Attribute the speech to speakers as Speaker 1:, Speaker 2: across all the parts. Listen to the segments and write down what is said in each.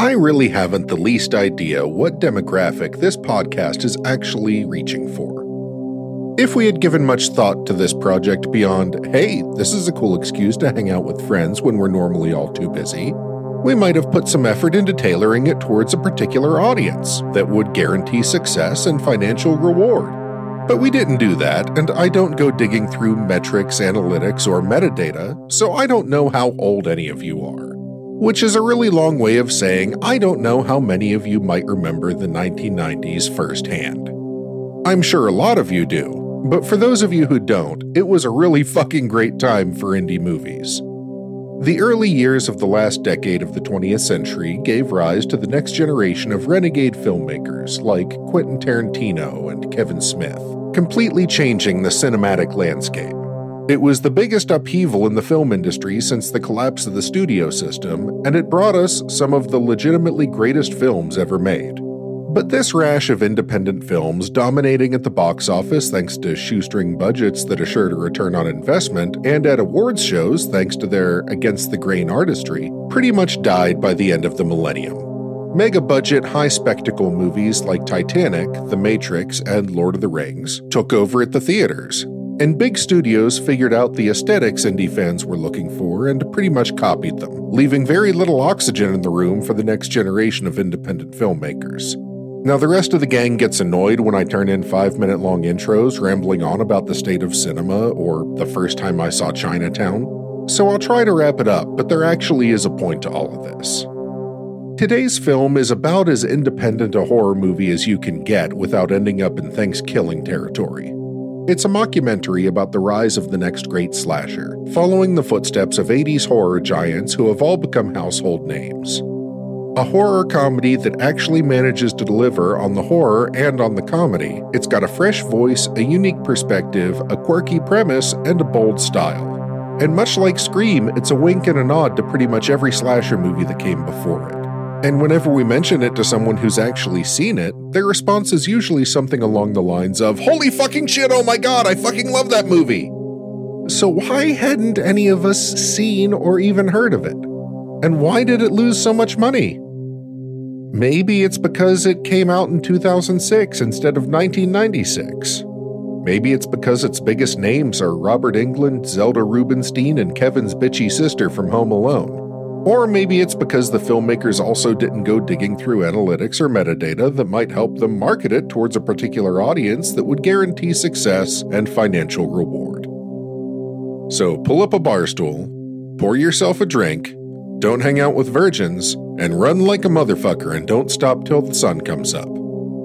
Speaker 1: I really haven't the least idea what demographic this podcast is actually reaching for. If we had given much thought to this project beyond, hey, this is a cool excuse to hang out with friends when we're normally all too busy, we might have put some effort into tailoring it towards a particular audience that would guarantee success and financial reward. But we didn't do that, and I don't go digging through metrics, analytics, or metadata, so I don't know how old any of you are. Which is a really long way of saying I don't know how many of you might remember the 1990s firsthand. I'm sure a lot of you do, but for those of you who don't, it was a really fucking great time for indie movies. The early years of the last decade of the 20th century gave rise to the next generation of renegade filmmakers like Quentin Tarantino and Kevin Smith, completely changing the cinematic landscape. It was the biggest upheaval in the film industry since the collapse of the studio system, and it brought us some of the legitimately greatest films ever made. But this rash of independent films dominating at the box office thanks to shoestring budgets that assured a return on investment, and at awards shows thanks to their against the grain artistry, pretty much died by the end of the millennium. Mega budget, high spectacle movies like Titanic, The Matrix, and Lord of the Rings took over at the theaters, and big studios figured out the aesthetics indie fans were looking for and pretty much copied them, leaving very little oxygen in the room for the next generation of independent filmmakers. Now, the rest of the gang gets annoyed when I turn in five minute long intros rambling on about the state of cinema or the first time I saw Chinatown, so I'll try to wrap it up, but there actually is a point to all of this. Today's film is about as independent a horror movie as you can get without ending up in Thanksgiving territory. It's a mockumentary about the rise of the next great slasher, following the footsteps of 80s horror giants who have all become household names a horror comedy that actually manages to deliver on the horror and on the comedy. It's got a fresh voice, a unique perspective, a quirky premise, and a bold style. And much like Scream, it's a wink and a nod to pretty much every slasher movie that came before it. And whenever we mention it to someone who's actually seen it, their response is usually something along the lines of, Holy fucking shit, oh my god, I fucking love that movie! So why hadn't any of us seen or even heard of it? And why did it lose so much money? Maybe it's because it came out in 2006 instead of 1996. Maybe it's because its biggest names are Robert Englund, Zelda Rubinstein, and Kevin's bitchy sister from Home Alone. Or maybe it's because the filmmakers also didn't go digging through analytics or metadata that might help them market it towards a particular audience that would guarantee success and financial reward. So pull up a bar stool, pour yourself a drink, don't hang out with virgins, and run like a motherfucker and don't stop till the sun comes up.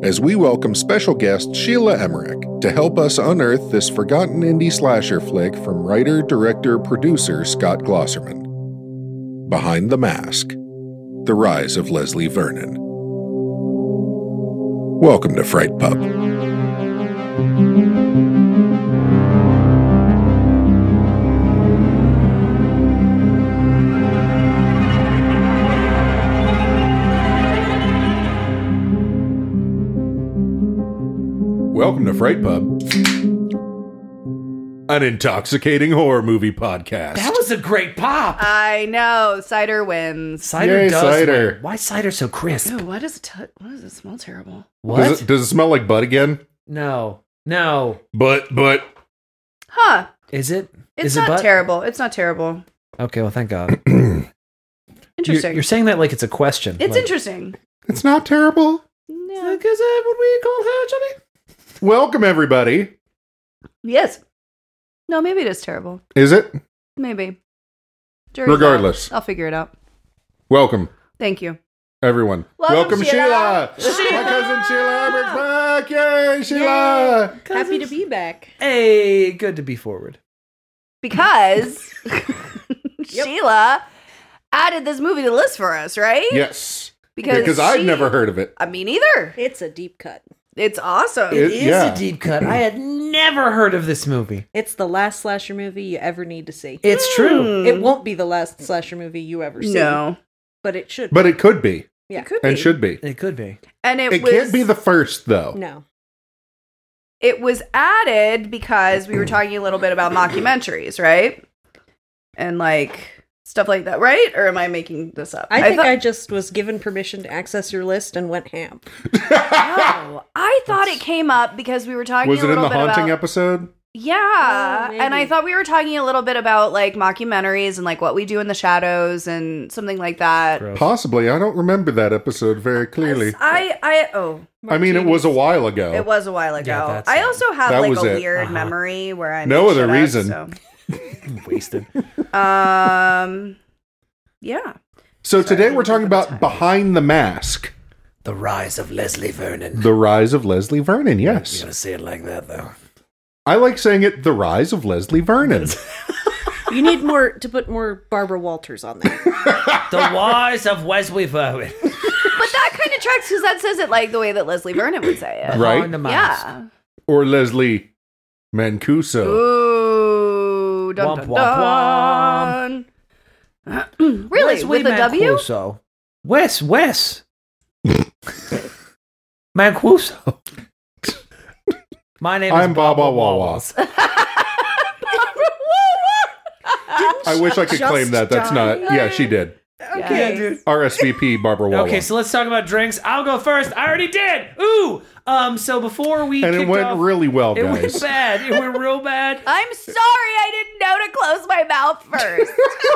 Speaker 1: As we welcome special guest Sheila Emmerich to help us unearth this forgotten indie slasher flick from writer, director, producer Scott Glosserman. Behind the Mask The Rise of Leslie Vernon. Welcome to Fright Pub.
Speaker 2: Welcome to Fright Pub, an intoxicating horror movie podcast.
Speaker 3: That was a great pop.
Speaker 4: I know. Cider wins.
Speaker 3: cider
Speaker 1: Yay,
Speaker 3: does.
Speaker 1: cider.
Speaker 3: win. Why cider so crisp?
Speaker 4: Ew, why does it? T- why does it smell terrible?
Speaker 3: What?
Speaker 1: Does, it, does it smell like butt again?
Speaker 3: No, no.
Speaker 2: but but
Speaker 4: Huh?
Speaker 3: Is it?
Speaker 4: It's
Speaker 3: Is it
Speaker 4: not
Speaker 3: butt?
Speaker 4: terrible. It's not terrible.
Speaker 3: Okay, well, thank God. You're,
Speaker 4: Interesting.
Speaker 3: you're saying that like it's a question.
Speaker 4: it's
Speaker 3: like,
Speaker 4: interesting.
Speaker 1: It's not terrible.
Speaker 4: No.
Speaker 3: Like, is that what we call that, Johnny?
Speaker 1: Welcome, everybody.
Speaker 4: Yes. No, maybe it is terrible.
Speaker 1: Is it?
Speaker 4: Maybe. Jury's out.
Speaker 1: Regardless.
Speaker 4: I'll figure it out.
Speaker 1: Welcome.
Speaker 4: Thank you.
Speaker 1: Everyone,
Speaker 4: Welcome,
Speaker 1: Sheila.
Speaker 4: Sheila.
Speaker 1: My cousin Sheila Emmerich back. Yay, Sheila!
Speaker 4: Happy to be back
Speaker 3: Hey, good to be forward.
Speaker 4: because Sheila added this movie to the list for us, right?
Speaker 1: Yes, because I've
Speaker 4: she-
Speaker 1: never heard of it.
Speaker 4: I mean, either.
Speaker 5: It's a deep cut.
Speaker 4: It's awesome.
Speaker 1: It-
Speaker 3: is
Speaker 1: yeah.
Speaker 3: a deep cut. I had never heard of this movie.
Speaker 5: It's the last slasher movie you ever need to see.
Speaker 3: It's true.
Speaker 4: Hmm.
Speaker 5: It won't be the last slasher movie you ever see.
Speaker 4: no,
Speaker 5: But it should.
Speaker 1: But it could be
Speaker 5: yeah.
Speaker 4: it could be.
Speaker 1: and should be.
Speaker 3: It could be.
Speaker 4: and it,
Speaker 1: It
Speaker 4: was,
Speaker 1: can't be the first though.
Speaker 5: No.
Speaker 4: it was
Speaker 1: Mm-hmm.
Speaker 4: added because we were talking a little bit about mockumentaries, right? And like stuff like that, right? Or am I making this up?
Speaker 5: I think
Speaker 4: thought-
Speaker 5: I just was given permission to access your list and went ham.
Speaker 4: Oh, I thought it came up because we were talking.
Speaker 1: Was it in
Speaker 4: a little
Speaker 1: the
Speaker 4: bit
Speaker 1: haunting
Speaker 4: about,
Speaker 1: episode?
Speaker 4: Yeah,
Speaker 5: Oh,
Speaker 4: and I
Speaker 5: maybe.
Speaker 4: thought we were talking a little bit about like mockumentaries and like what we do in the shadows and something like that.
Speaker 3: Gross.
Speaker 1: Possibly. I don't remember that episode very clearly.
Speaker 4: I, I, oh,
Speaker 1: I mean, it was a while ago.
Speaker 4: it was a while ago.
Speaker 3: Yeah, that's
Speaker 4: I
Speaker 3: it.
Speaker 4: also have
Speaker 1: That
Speaker 4: like
Speaker 1: was
Speaker 4: a
Speaker 1: it.
Speaker 4: weird
Speaker 3: Uh-huh.
Speaker 4: memory where I
Speaker 1: No
Speaker 4: make
Speaker 1: other
Speaker 4: shit up,
Speaker 1: reason.
Speaker 3: Wasted.
Speaker 4: so. Um, yeah,
Speaker 1: so today
Speaker 4: I
Speaker 1: we're talking
Speaker 4: remember
Speaker 1: about
Speaker 4: the time.
Speaker 1: Behind the Mask,
Speaker 3: The rise of Leslie Vernon.
Speaker 1: The Rise of Leslie Vernon. Yes.
Speaker 3: to say it like that, though.
Speaker 1: I like saying it, The Rise of Leslie Vernon.
Speaker 5: You need more to put more Barbara Walters on there.
Speaker 3: The rise of Wesley Vernon.
Speaker 4: but that kind of tracks because that says it like the way that Leslie Vernon would say it.
Speaker 1: Right?
Speaker 3: Behind the mask.
Speaker 4: Yeah.
Speaker 1: or Leslie Mancuso.
Speaker 4: Ooh, dun,
Speaker 3: Oh. Womp,
Speaker 4: dun,
Speaker 3: womp,
Speaker 4: dun. really,
Speaker 3: Wesley
Speaker 4: with a W?
Speaker 3: Mancuso. Wes, Wes. Mancuso. My name
Speaker 1: I'm
Speaker 3: is
Speaker 1: Baba
Speaker 3: Baba
Speaker 1: Wawa.
Speaker 3: Wallace.
Speaker 1: I wish I could
Speaker 5: Just
Speaker 1: claim that. That's not.
Speaker 5: die.
Speaker 1: Yeah, she did.
Speaker 3: Yeah, dude.
Speaker 1: RSVP Barbara Wallace.
Speaker 3: Okay, so let's talk about drinks. I'll go first. I already did. Ooh. Um. So before we
Speaker 1: and it
Speaker 3: kicked
Speaker 1: went
Speaker 3: off,
Speaker 1: really well,
Speaker 3: it
Speaker 1: guys.
Speaker 3: went bad. It went real bad.
Speaker 4: I'm sorry I didn't know to close my mouth first.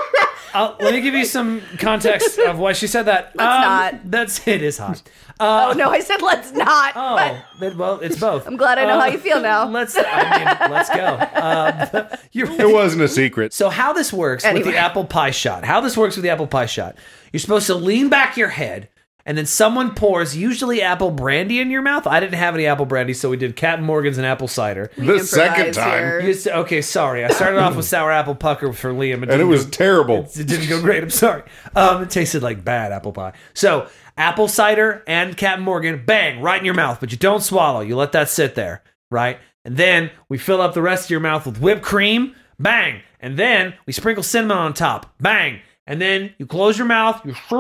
Speaker 3: I'll, Uh, let me give you some context of why she said that. That's
Speaker 4: not.
Speaker 3: That's it is hot. Uh,
Speaker 4: oh, no, I said let's not.
Speaker 3: Oh,
Speaker 4: But
Speaker 3: that- well, it's both.
Speaker 4: I'm glad I know
Speaker 3: Uh,
Speaker 4: how you feel now.
Speaker 3: Let's, I mean, let's go. Um, you're
Speaker 1: It wasn't a secret.
Speaker 3: So how this works with
Speaker 4: Anyway.
Speaker 3: the apple pie shot? How this works with the apple pie shot? You're supposed to lean back your head, and then someone pours usually apple brandy in your mouth. I didn't have any apple brandy, so we did Captain Morgan's and apple cider.
Speaker 1: the second
Speaker 4: improvise
Speaker 1: time.
Speaker 4: here.
Speaker 3: You s- okay, sorry. I started off with sour apple pucker for Liam,
Speaker 1: And it
Speaker 3: didn't
Speaker 1: was
Speaker 3: go-
Speaker 1: terrible.
Speaker 3: it didn't go great. I'm sorry. Um, it tasted like bad apple pie. So apple cider and Captain Morgan, bang, right in your mouth, but you don't swallow. You let that sit there, right? And then we fill up the rest of your mouth with whipped cream, bang, and then we sprinkle cinnamon on top, bang, and then you close your mouth, you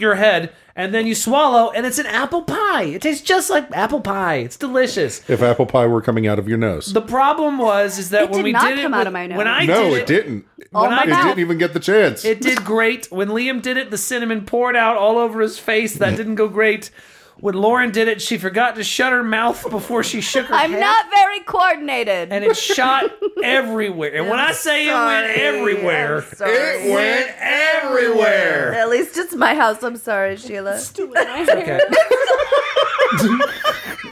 Speaker 3: your head, and then you swallow, and it's an apple pie. It tastes just like apple pie. It's delicious.
Speaker 1: If apple pie were coming out of your nose.
Speaker 3: The problem was is that
Speaker 4: It
Speaker 3: when
Speaker 4: did
Speaker 3: we
Speaker 4: not
Speaker 3: did it,
Speaker 4: come out
Speaker 3: with-
Speaker 4: of my nose.
Speaker 3: when I
Speaker 1: no,
Speaker 3: did
Speaker 1: it didn't.
Speaker 4: Oh,
Speaker 3: When
Speaker 4: my
Speaker 3: I
Speaker 1: it
Speaker 3: mouth.
Speaker 1: didn't even get the chance.
Speaker 3: It did great. When Liam did it, the cinnamon poured out all over his face. That didn't go great. When Lauren did it, she forgot to shut her mouth before she shook her
Speaker 4: I'm
Speaker 3: head.
Speaker 4: not very coordinated.
Speaker 3: and it shot everywhere. And when I say it went
Speaker 4: Sorry,
Speaker 3: everywhere,
Speaker 4: I'm sorry.
Speaker 1: went everywhere.
Speaker 4: At least it's my house. I'm sorry, Sheila.
Speaker 3: okay.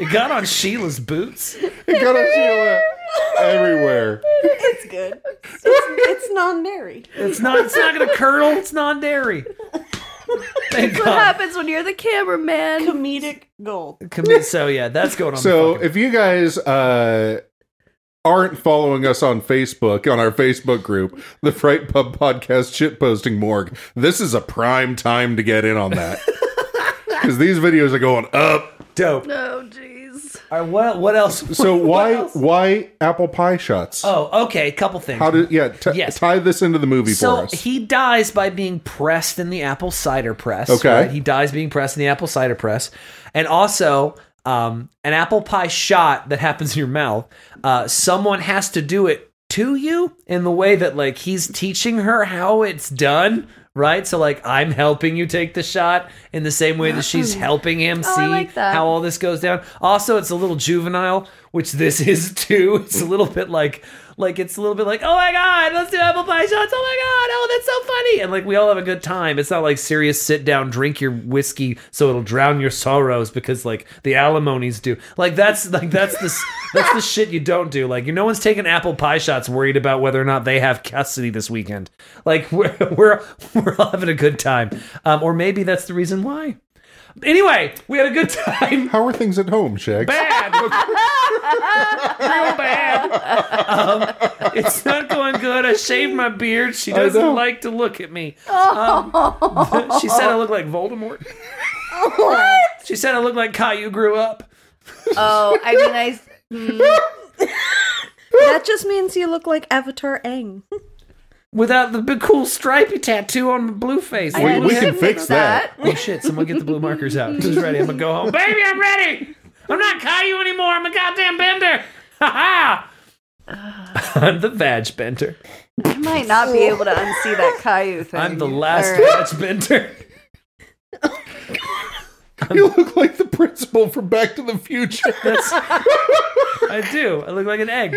Speaker 3: it got on Sheila's boots.
Speaker 1: It got on Sheila everywhere.
Speaker 5: it's good. It's, it's non-dairy.
Speaker 3: It's not. It's not going to curdle. It's non-dairy. Thank
Speaker 4: What
Speaker 3: God.
Speaker 4: happens when you're the cameraman?
Speaker 5: Comedic gold.
Speaker 3: Commit- So yeah, that's going on. the
Speaker 1: So
Speaker 3: fucking-
Speaker 1: if you guys uh, aren't following us on Facebook, on our Facebook group, the Fright Pub Podcast Shitposting Morgue, this is a prime time to get in on that. Because these videos are going up.
Speaker 3: dope.
Speaker 4: Oh, jeez.
Speaker 3: All right, what what else?
Speaker 1: So
Speaker 3: What
Speaker 1: why
Speaker 3: else?
Speaker 1: why apple pie shots?
Speaker 3: Oh, okay. couple things.
Speaker 1: How do yeah t-
Speaker 3: Yes.
Speaker 1: tie this into the movie for
Speaker 3: So
Speaker 1: us?
Speaker 3: he dies by being pressed in the apple cider press.
Speaker 1: Okay.
Speaker 3: right? He dies being pressed in the apple cider press. And also, um, an apple pie shot that happens in your mouth, uh, someone has to do it to you in the way that, like, he's teaching her how it's done. Right, so like I'm helping you take the shot in the same way that she's helping him
Speaker 4: Oh, I
Speaker 3: see
Speaker 4: like that.
Speaker 3: how all this goes down. Also, it's a little juvenile, which this is too. It's a little bit like, like it's a little bit like, oh my god, let's do apple pie shots. Oh my god, oh that's so funny, and like we all have a good time. It's not like serious sit down, drink your whiskey so it'll drown your sorrows because like the alimonies do. Like that's like that's the s- that's the shit you don't do. Like you, no one's taking apple pie shots worried about whether or not they have custody this weekend. Like we're we're we're all having a good time, um, or maybe that's the reason why. Anyway, we had a good time.
Speaker 1: How are things at home, Shags?
Speaker 3: Bad. Real bad. Um, it's not going good. I shaved my beard. She
Speaker 1: know.
Speaker 3: doesn't like to look at me. Um, she said I look like Voldemort. She said I look like Caillou grew up.
Speaker 4: Oh, I mean, I.
Speaker 5: That just means you look like Avatar Aang.
Speaker 3: Without the big cool stripy tattoo on my blue face.
Speaker 1: We- we
Speaker 4: I
Speaker 1: can fix that.
Speaker 3: Oh shit, someone get the blue markers out. She's ready. I'm gonna go home. Baby, I'm ready! I'm not Caillou anymore. I'm a goddamn bender. Ha ha! I'm the vag bender.
Speaker 4: I might not be able to unsee that Caillou thing.
Speaker 3: I'm the last
Speaker 4: Or-
Speaker 3: Dutchbender.
Speaker 1: you look like the principal from Back to the Future.
Speaker 3: That's, I do. I look like an egg.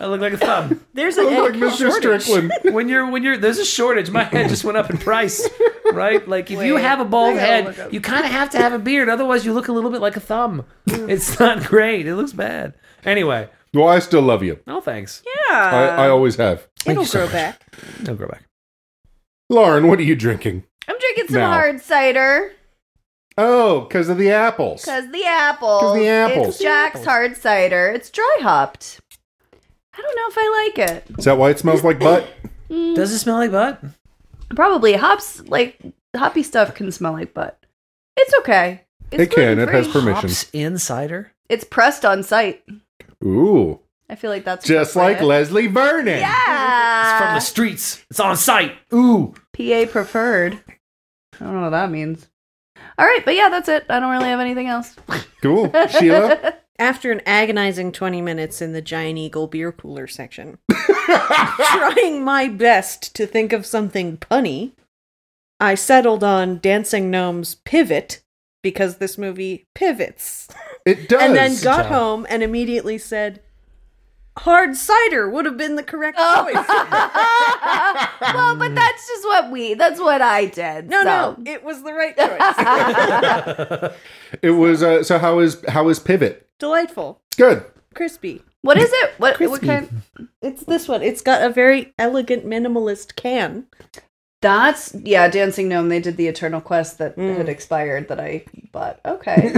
Speaker 3: I look like a thumb.
Speaker 5: There's an
Speaker 3: Oh,
Speaker 1: like
Speaker 5: egg
Speaker 1: Mr.
Speaker 5: shortage.
Speaker 1: Strickland.
Speaker 3: When you're when you're there's a shortage. My head just went up in price, right? Like if you
Speaker 4: Wait,
Speaker 3: have a bald
Speaker 4: I gotta look
Speaker 3: head,
Speaker 4: up.
Speaker 3: you kind of have to have a beard, otherwise you look a little bit like a thumb. It's not great. It looks bad. Anyway,
Speaker 1: Well, I still love you.
Speaker 3: no thanks.
Speaker 5: Yeah.
Speaker 3: Uh,
Speaker 1: I, I always have. Thank
Speaker 5: It'll
Speaker 1: you so
Speaker 5: grow
Speaker 1: much.
Speaker 5: back.
Speaker 3: Don't go back.
Speaker 1: Lauren, what are you drinking?
Speaker 4: I'm drinking some
Speaker 1: Now.
Speaker 4: hard cider
Speaker 1: Oh, because of the apples.
Speaker 4: because the apple.
Speaker 1: 'Cause the apples.
Speaker 4: It's Jack's hard cider. It's dry hopped. I don't know if I like it.
Speaker 1: Is that why it smells like butt?
Speaker 3: Does it smell like butt?
Speaker 4: Probably hops like hoppy stuff can smell like butt. It's okay. It's
Speaker 1: It can, it has
Speaker 4: gluten-free.
Speaker 1: Permission.
Speaker 3: Hops insider.
Speaker 4: It's pressed on site.
Speaker 1: Ooh.
Speaker 4: I feel like that's
Speaker 1: Just like
Speaker 4: appropriate.
Speaker 1: Leslie Vernon.
Speaker 3: It's from
Speaker 4: yeah.
Speaker 3: the streets. It's on site.
Speaker 1: Ooh.
Speaker 4: PA preferred. I don't know what that means. All right, but yeah, that's it. I don't really have anything else.
Speaker 1: Cool. Sheila?
Speaker 5: After an agonizing 20 minutes in the Giant Eagle beer cooler section, trying my best to think of something punny, I settled on Dancing Gnome's Pivot because this movie pivots.
Speaker 1: It does.
Speaker 5: and then got
Speaker 3: job.
Speaker 5: home and immediately said, Hard cider would have been the correct choice.
Speaker 4: well, but that's just what we. That's what I did.
Speaker 5: No,
Speaker 4: so.
Speaker 5: no, it was the right choice.
Speaker 1: it was uh, so how is how is pivot?
Speaker 5: Delightful,
Speaker 1: It's good.
Speaker 5: crispy.
Speaker 4: What is it? What, what kind?
Speaker 5: It's this one. It's got a very elegant minimalist can.
Speaker 4: That's yeah, Dancing Gnome. They did the Eternal Quest that had expired that I bought. Okay,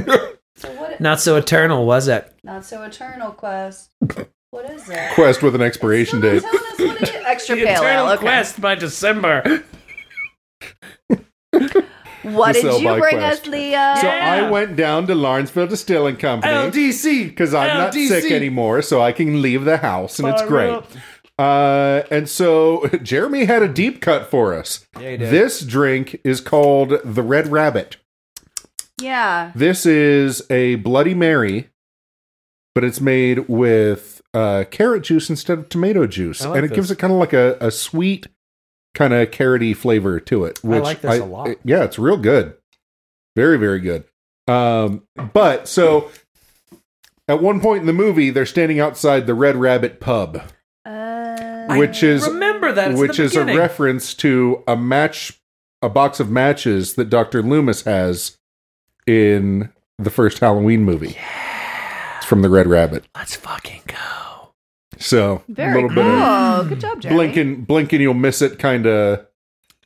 Speaker 4: so what?
Speaker 3: Not so eternal, was it?
Speaker 4: Not so Eternal Quest. What is it?
Speaker 1: Quest with an expiration
Speaker 4: Someone
Speaker 1: date.
Speaker 4: Tell us what it is. Extra
Speaker 3: The
Speaker 4: pale
Speaker 3: Eternal
Speaker 4: ale. Okay.
Speaker 3: Quest by December.
Speaker 4: What
Speaker 1: The
Speaker 4: did you
Speaker 1: sell-by
Speaker 4: bring
Speaker 1: quest.
Speaker 4: us, Leah?
Speaker 1: So
Speaker 3: Yeah.
Speaker 1: I went down to Lawrenceville Distilling Company
Speaker 3: LDC.
Speaker 1: because I'm not sick anymore, so I can leave the house, and it's
Speaker 3: Fire
Speaker 1: great.
Speaker 3: up.
Speaker 1: Uh, and so Jeremy had a deep cut for us.
Speaker 3: Yeah, he did.
Speaker 1: This drink is called the Red Rabbit.
Speaker 4: yeah.
Speaker 1: This is a Bloody Mary, but it's made with uh, carrot juice instead of tomato juice,
Speaker 3: I like
Speaker 1: and it
Speaker 3: this.
Speaker 1: gives it kind of like a, a sweet, kind of carroty flavor to it. Which
Speaker 3: like this
Speaker 1: a
Speaker 3: a lot.
Speaker 1: yeah, it's real good, very very good. Um, but so at one point in the movie, they're standing outside the Red Rabbit Pub,
Speaker 4: Uh,
Speaker 1: which is
Speaker 3: Remember that. It's
Speaker 1: which
Speaker 3: the
Speaker 1: is a
Speaker 3: beginning.
Speaker 1: reference to a match, a box of matches that Dr. Loomis has in the first Halloween movie. It's from the Red Rabbit.
Speaker 3: Let's fucking go.
Speaker 1: So
Speaker 4: very cool.
Speaker 1: of
Speaker 4: Good job, Jeremy.
Speaker 1: blinking, blinking, you'll miss it kind of,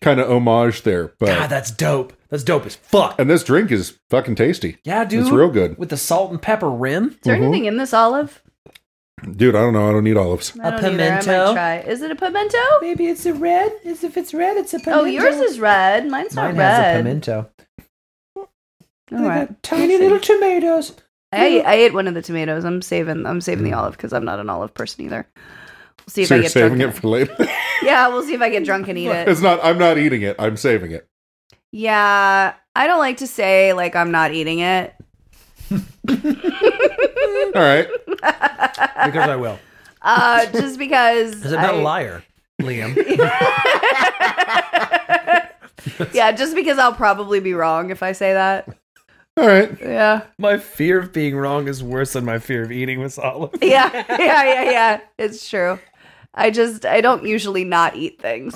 Speaker 1: kind of homage there. But
Speaker 3: God, that's dope. That's dope as fuck.
Speaker 1: and this drink is fucking tasty,
Speaker 3: Yeah, dude.
Speaker 1: it's real good.
Speaker 3: With the salt and pepper rim.
Speaker 4: Is there anything
Speaker 1: Mm-hmm.
Speaker 4: in this olive?
Speaker 1: dude. I don't know. I don't need olives.
Speaker 4: I
Speaker 3: A
Speaker 4: don't either. I
Speaker 3: pimento?
Speaker 4: might try. Is it a pimento?
Speaker 3: Maybe it's a red. As if it's red, it's a pimento.
Speaker 4: Oh, yours is red. Mine's not
Speaker 3: Mine has a
Speaker 4: red.
Speaker 3: pimento.
Speaker 4: All right.
Speaker 3: Tiny little tomatoes.
Speaker 4: I, I ate one of the tomatoes. I'm saving. I'm saving the olive because I'm not an olive person either. We'll see if
Speaker 1: Mm. so
Speaker 4: I
Speaker 1: you're
Speaker 4: get
Speaker 1: saving
Speaker 4: drunk.
Speaker 1: it
Speaker 4: and-
Speaker 1: for later.
Speaker 4: yeah, we'll see if I get drunk and eat it.
Speaker 1: it's not. I'm not eating it. I'm saving it.
Speaker 4: Yeah, I don't like to say like I'm not eating it.
Speaker 1: All right.
Speaker 3: Because I will.
Speaker 4: Uh, just because.
Speaker 3: Because I'm not
Speaker 4: I-
Speaker 3: a liar, Liam.
Speaker 4: Yeah, just because I'll probably be wrong if I say that.
Speaker 1: All right.
Speaker 4: Yeah.
Speaker 3: my fear of being wrong is worse than my fear of eating with olive.
Speaker 4: Yeah. Yeah. Yeah. Yeah. It's true. I just I don't usually not eat things.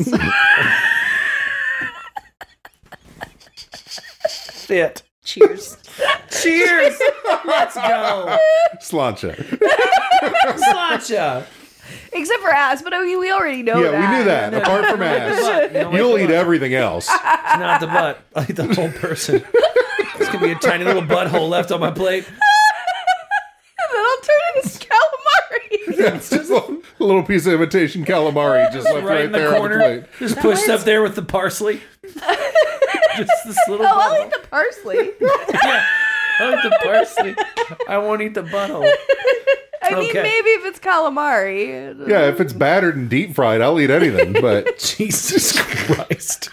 Speaker 3: Shit.
Speaker 5: Cheers.
Speaker 3: Cheers. Let's go.
Speaker 1: Slancha.
Speaker 3: Slancha.
Speaker 4: Except for ass, but I mean, we already know
Speaker 1: Yeah,
Speaker 4: that.
Speaker 1: we knew that. Apart from ass, you'll eat everything else.
Speaker 3: It's not the butt. I eat the whole person. There's gonna be a tiny little butthole left on my plate.
Speaker 4: And then I'll turn into calamari.
Speaker 1: It's just a little piece of imitation calamari just left
Speaker 3: Right,
Speaker 1: right,
Speaker 3: in
Speaker 1: there
Speaker 3: the
Speaker 1: on the plate.
Speaker 3: corner. Just pushed up there with the parsley. Just this little
Speaker 4: oh, I'll
Speaker 3: butthole.
Speaker 4: eat the parsley.
Speaker 3: Yeah. I'll eat the parsley. I won't eat the butthole.
Speaker 4: I mean,
Speaker 3: Okay.
Speaker 4: maybe if it's calamari.
Speaker 1: Yeah, if it's battered and deep fried, I'll eat anything. But
Speaker 3: Jesus Christ.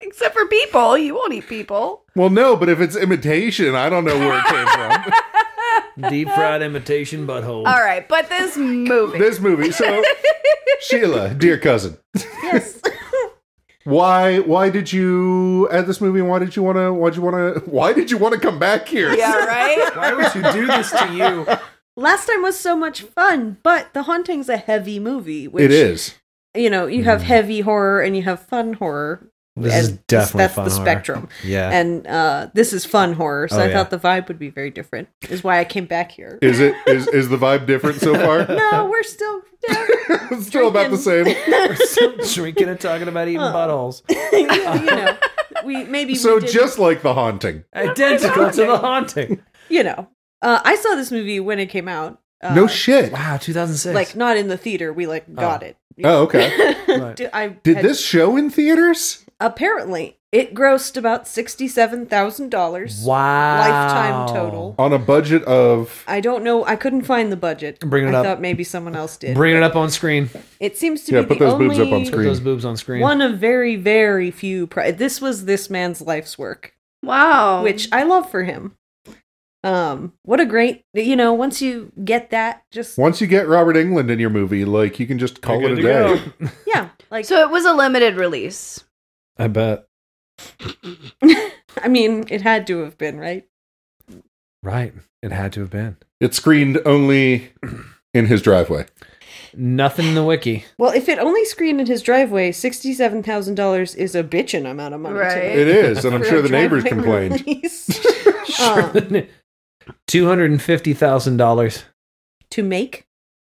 Speaker 4: Except for people, you won't eat people.
Speaker 1: well, no, but if it's imitation, I don't know where it came from.
Speaker 3: Deep fried imitation butthole.
Speaker 4: All right, but this movie.
Speaker 1: This movie. So, Sheila, dear cousin,
Speaker 5: Yes.
Speaker 1: why why did you at this movie? Why did you want to? Why did you want to? Why did you want to come back here?
Speaker 4: yeah, right?
Speaker 3: Why would you do this to you?
Speaker 5: Last time was so much fun, but The Haunting's a heavy movie. Which,
Speaker 1: It is. Mm-hmm.
Speaker 5: You know, you have heavy horror and you have fun horror.
Speaker 6: This
Speaker 5: And
Speaker 6: is definitely
Speaker 5: that's
Speaker 6: fun
Speaker 5: the
Speaker 6: horror.
Speaker 5: spectrum.
Speaker 6: Yeah.
Speaker 5: And uh, this is fun horror, so
Speaker 6: Oh,
Speaker 5: I
Speaker 6: yeah.
Speaker 5: thought the vibe would be very different. Is why I came back here.
Speaker 1: Is it is is the vibe different so far?
Speaker 5: no, we're still. Yeah,
Speaker 1: It's Still about the same.
Speaker 3: Drinking and talking about eating
Speaker 5: Oh.
Speaker 3: buttholes.
Speaker 5: you know, we maybe
Speaker 1: So
Speaker 5: we did-
Speaker 1: just like the haunting.
Speaker 3: Identical to the haunting.
Speaker 5: you know, uh, I saw this movie when it came out. Uh,
Speaker 1: no shit.
Speaker 3: Wow, 2006.
Speaker 5: like not in the theater. We like got it.
Speaker 1: Oh, okay.
Speaker 3: Right.
Speaker 5: Did- I
Speaker 1: Did
Speaker 5: had-
Speaker 1: this show in theaters?
Speaker 5: apparently it grossed about sixty-seven thousand dollars
Speaker 3: wow.
Speaker 5: lifetime total.
Speaker 1: On a budget of
Speaker 5: I don't know. I couldn't find the budget.
Speaker 3: Bring it
Speaker 5: I
Speaker 3: up.
Speaker 5: thought maybe someone else did.
Speaker 3: Bring it up on screen.
Speaker 5: it seems to
Speaker 1: Yeah,
Speaker 5: be
Speaker 1: put
Speaker 5: the
Speaker 1: those
Speaker 5: only
Speaker 1: boobs up on
Speaker 3: Put
Speaker 1: screen.
Speaker 3: those boobs on screen.
Speaker 5: one of very very few. Pri- this was this man's life's work,
Speaker 4: Wow.
Speaker 5: which I love for him. Um, what a great you know. Once you get that, just
Speaker 1: once you get Robert England in your movie, like you can just call
Speaker 3: You're
Speaker 1: it a
Speaker 3: good to
Speaker 1: day.
Speaker 3: go.
Speaker 5: yeah, like
Speaker 4: so it was a limited release.
Speaker 6: I bet.
Speaker 5: I mean, it had to have been right.
Speaker 3: Right. It had to have been.
Speaker 1: It screened only in his driveway.
Speaker 3: Nothing in the wiki.
Speaker 5: Well, if it only screened in his driveway, sixty-seven thousand dollars is a bitchin' amount of money. to
Speaker 4: Right.
Speaker 5: me.
Speaker 1: It is, and I'm
Speaker 5: For
Speaker 1: sure
Speaker 5: a
Speaker 1: the neighbors
Speaker 5: driveway
Speaker 1: complained.
Speaker 5: release.
Speaker 3: Sure. $250,000.
Speaker 5: to make.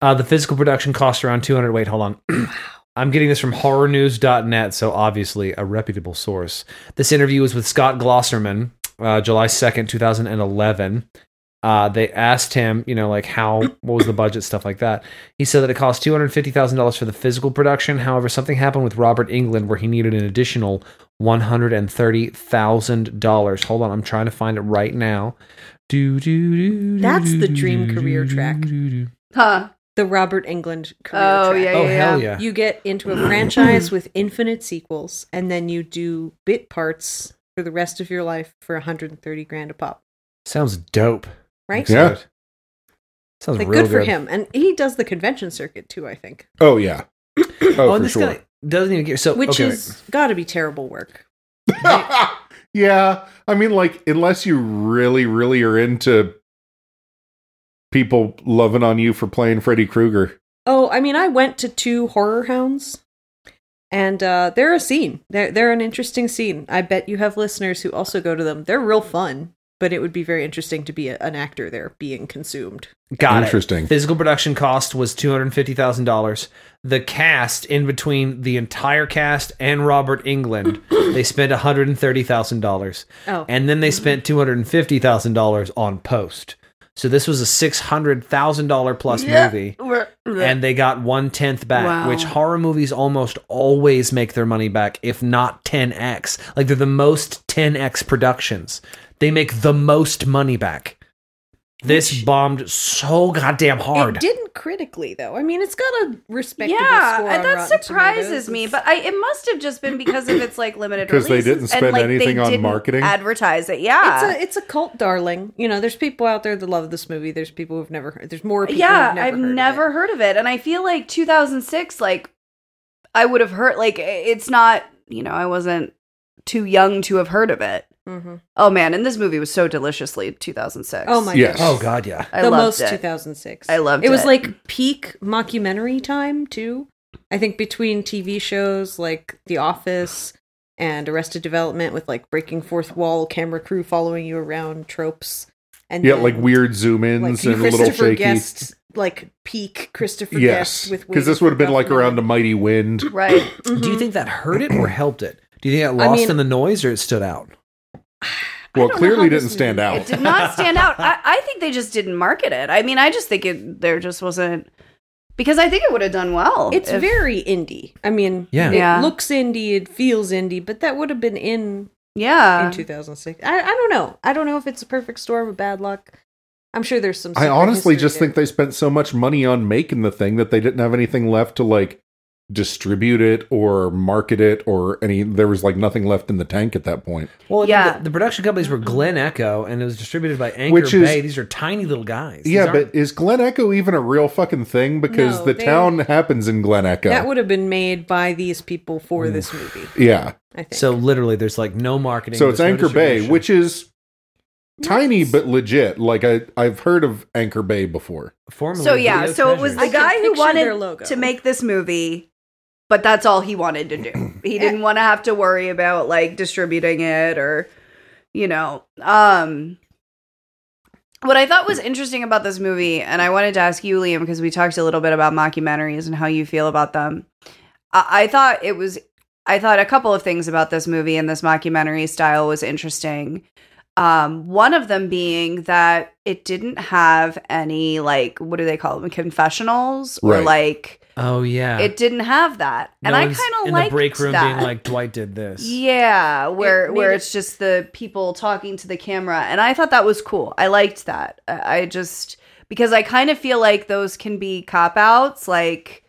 Speaker 3: Uh, the physical production cost around 200. Wait, hold on. I'm getting this from horrornews.net, so obviously a reputable source. This interview was with Scott Glosserman, uh, July 2nd, 2011. Uh, they asked him, you know, like how, what was the budget, stuff like that. He said that it cost $250,000 for the physical production. However, something happened with Robert England where he needed an additional $130,000. Hold on, I'm trying to find it right now. Do, do, do, do,
Speaker 5: That's
Speaker 3: do,
Speaker 5: the
Speaker 3: do,
Speaker 5: dream
Speaker 3: do,
Speaker 5: career
Speaker 3: do,
Speaker 5: track.
Speaker 3: do, do.
Speaker 4: Huh.
Speaker 5: The Robert England career.
Speaker 4: Oh,
Speaker 5: track.
Speaker 4: yeah,
Speaker 3: Oh,
Speaker 4: yeah.
Speaker 3: hell yeah.
Speaker 5: You get into a franchise with infinite sequels, and then you do bit parts for the rest of your life for 130 grand a pop.
Speaker 3: Sounds dope.
Speaker 5: Right?
Speaker 1: Yeah.
Speaker 3: Good. Sounds
Speaker 5: Like
Speaker 3: real
Speaker 5: good for him. And he does the convention circuit too, I think.
Speaker 1: Oh yeah.
Speaker 3: Oh,
Speaker 1: Oh,
Speaker 3: and
Speaker 1: for
Speaker 3: this
Speaker 1: sure.
Speaker 3: guy doesn't even get so.
Speaker 5: Which
Speaker 3: Oh, okay,
Speaker 5: is gotta be terrible work.
Speaker 1: yeah, I mean, like unless you really, really are into people loving on you for playing Freddy Krueger.
Speaker 5: Oh, I mean I went to two horror hounds and uh, they're a scene. They're they're an interesting scene. I bet you have listeners who also go to them. They're real fun, but it would be very interesting to be a, an actor there being consumed.
Speaker 3: wait. got
Speaker 1: Interesting.
Speaker 3: It. Physical production cost was two hundred fifty thousand dollars. The cast, in between the entire cast and Robert England, they spent one hundred and thirty thousand dollars,
Speaker 5: Oh.
Speaker 3: and then they spent two hundred and fifty thousand dollars on post. So this was a six hundred thousand dollar plus movie. and they got one tenth back,
Speaker 4: Wow.
Speaker 3: which horror movies almost always make their money back, if not 10x. Like they're the most 10x productions. They make the most money back. This bombed so goddamn hard.
Speaker 5: It didn't critically though. I mean, it's got a respectable
Speaker 4: yeah,
Speaker 5: score. on
Speaker 4: and that
Speaker 5: Rotten
Speaker 4: surprises
Speaker 5: Tomatoes.
Speaker 4: me. But I, it must have just been because of its like limited
Speaker 1: 'Cause they
Speaker 4: release
Speaker 1: didn't spend
Speaker 4: and, like, they
Speaker 1: anything on
Speaker 4: didn't
Speaker 1: marketing?
Speaker 4: Advertise it, yeah.
Speaker 5: it's a it's a cult darling. You know, there's people out there that love this movie. There's people who've never heard. There's more people.
Speaker 4: yeah,
Speaker 5: who've
Speaker 4: I've
Speaker 5: never heard of it.
Speaker 4: never heard of it, and I feel like 2006, like I would have heard. Like it's not, you know, I wasn't too young to have heard of it.
Speaker 5: Mhm.
Speaker 4: Oh man, and this movie was so deliciously 2006.
Speaker 5: Oh my
Speaker 1: Yes.
Speaker 5: gosh.
Speaker 3: oh, God, yeah.
Speaker 4: I
Speaker 5: the
Speaker 4: loved
Speaker 5: most
Speaker 4: it.
Speaker 5: 2006.
Speaker 4: I loved
Speaker 5: It was
Speaker 4: it.
Speaker 5: like peak mockumentary time too. I think between TV shows like The Office and Arrested Development, with like breaking fourth wall, camera crew following you around, tropes, and
Speaker 1: Yeah,
Speaker 5: then,
Speaker 1: like weird zoom
Speaker 5: like,
Speaker 1: ins and a little
Speaker 5: Christopher
Speaker 1: shaky.
Speaker 5: Guest, like peak Christopher
Speaker 1: yes,
Speaker 5: Guest with
Speaker 1: because this would have been like around a mighty wind.
Speaker 4: Right.
Speaker 3: Do you think that hurt it or helped it? Do you think it
Speaker 5: I
Speaker 3: lost
Speaker 5: mean-
Speaker 3: in the noise or it stood out?
Speaker 1: Well,
Speaker 5: know
Speaker 1: clearly
Speaker 5: how
Speaker 1: didn't
Speaker 5: this
Speaker 1: stand
Speaker 5: movie-
Speaker 1: out.
Speaker 4: It did not stand out. I, I think they just didn't market it. I mean, I just think it there just wasn't because I think it would have done well.
Speaker 5: It's
Speaker 4: if-
Speaker 5: very indie. I mean,
Speaker 3: Yeah.
Speaker 5: it
Speaker 4: Yeah.
Speaker 5: looks indie, it feels indie, but that would have been in
Speaker 4: yeah.
Speaker 5: in 2006. I, I don't know. I don't know if it's a perfect storm of bad luck. I'm sure there's some.
Speaker 1: I honestly just think they spent so much money on making the thing that they didn't have anything left to like distribute it or market it or any. There was like nothing left in the tank at that point.
Speaker 3: Well,
Speaker 4: Yeah.
Speaker 3: yeah. the, the production companies were Glen Echo, and it was distributed by Anchor
Speaker 1: Which is-
Speaker 3: Bay. These are tiny little guys. These
Speaker 1: yeah,
Speaker 3: aren't-
Speaker 1: but is Glen Echo even a real fucking thing? Because
Speaker 5: No,
Speaker 1: the
Speaker 5: they-
Speaker 1: town happens in Glen Echo.
Speaker 5: That would have been made by these people for this movie.
Speaker 1: yeah,
Speaker 5: I think.
Speaker 3: so literally, there's like no marketing.
Speaker 1: so it's
Speaker 3: there's no
Speaker 1: Anchor Bay,
Speaker 3: distribution.
Speaker 1: which is tiny but legit. Like I, I've heard of Anchor Bay before.
Speaker 3: formerly
Speaker 4: So yeah,
Speaker 3: Video
Speaker 4: so it was
Speaker 3: Treasures.
Speaker 4: the
Speaker 5: I
Speaker 4: guy
Speaker 5: can
Speaker 4: who
Speaker 5: picture their
Speaker 4: wanted
Speaker 5: logo.
Speaker 4: to make this movie, but that's all he wanted to do. He didn't want to have to worry about like distributing it or you know. Um what I thought was interesting about this movie, and I wanted to ask you, Liam, because we talked a little bit about mockumentaries and how you feel about them. I, I thought it was I thought a couple of things about this movie and this mockumentary style was interesting. Um, one of them being that it didn't have any like what do they call them confessionals or
Speaker 1: Right.
Speaker 4: like
Speaker 3: Oh yeah,
Speaker 4: it didn't have that, and
Speaker 3: No
Speaker 4: I
Speaker 3: one's
Speaker 4: kind of
Speaker 3: in
Speaker 4: like
Speaker 3: the break room
Speaker 4: that.
Speaker 3: being like Dwight did this.
Speaker 4: yeah, where
Speaker 5: made
Speaker 4: where
Speaker 5: it-
Speaker 4: it's just the people talking to the camera, and I thought that was cool. I liked that. I, I just because I kind of feel like those can be cop outs, like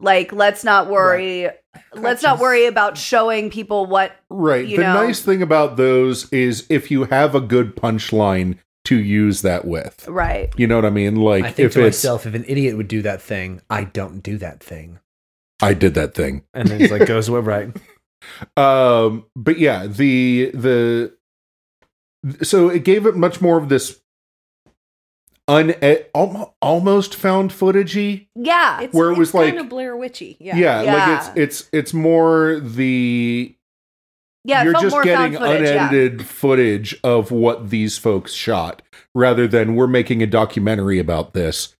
Speaker 4: like let's not worry, let's not worry about showing people what
Speaker 1: Right.
Speaker 4: You
Speaker 1: the
Speaker 4: know.
Speaker 1: nice thing about those is if you have a good punchline to use that with.
Speaker 4: right.
Speaker 1: You know what I mean? Like
Speaker 3: I think
Speaker 1: if
Speaker 3: to
Speaker 1: it's
Speaker 3: myself, if an idiot would do that thing, I don't do that thing.
Speaker 1: I did that thing.
Speaker 3: And then it's like goes away, right?
Speaker 1: Um but yeah, the the so it gave it much more of this un almo- almost found footagey.
Speaker 4: Yeah,
Speaker 5: it's,
Speaker 1: where it was like-
Speaker 5: kind of Blair Witchy. Yeah.
Speaker 1: Yeah, like
Speaker 4: Yeah.
Speaker 1: it's it's it's more the
Speaker 4: yeah. It
Speaker 1: you're
Speaker 4: felt
Speaker 1: just
Speaker 4: more
Speaker 1: getting
Speaker 4: found footage. Yeah.
Speaker 1: unedited footage of what these folks shot rather than we're making a documentary about this.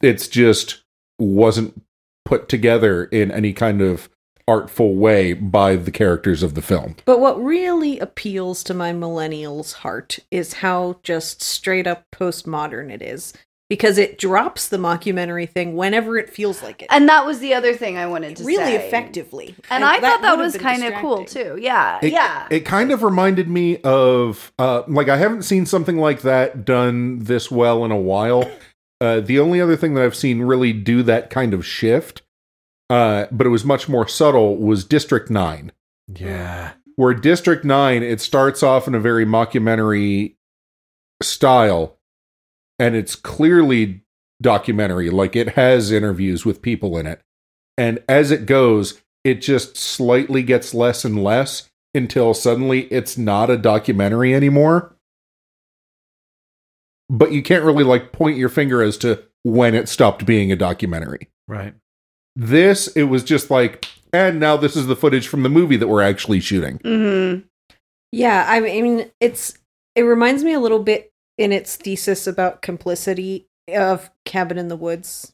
Speaker 1: It's just wasn't put together in any kind of artful way by the characters of the film.
Speaker 5: But what really appeals to my millennial's heart is how just straight up postmodern it is. Because it drops the mockumentary thing whenever it feels like it.
Speaker 4: And that was the other thing I wanted to
Speaker 5: really
Speaker 4: say.
Speaker 5: effectively.
Speaker 4: And, I thought that
Speaker 5: would've
Speaker 4: was
Speaker 5: been
Speaker 4: kind of cool
Speaker 5: distracting.
Speaker 4: too. Yeah,
Speaker 1: It,
Speaker 4: yeah.
Speaker 1: It kind of reminded me of uh like I haven't seen something like that done this well in a while. Uh the only other thing that I've seen really do that kind of shift uh but it was much more subtle was District 9.
Speaker 3: Yeah.
Speaker 1: where District 9 it starts off in a very mockumentary style and it's clearly documentary like it has interviews with people in it and as it goes it just slightly gets less and less until suddenly it's not a documentary anymore but you can't really like point your finger as to when it stopped being a documentary
Speaker 3: Right.
Speaker 1: this it was just like and now this is the footage from the movie that we're actually shooting
Speaker 4: hmm
Speaker 5: Yeah, I mean, it's it reminds me a little bit in its thesis about complicity of Cabin in the Woods.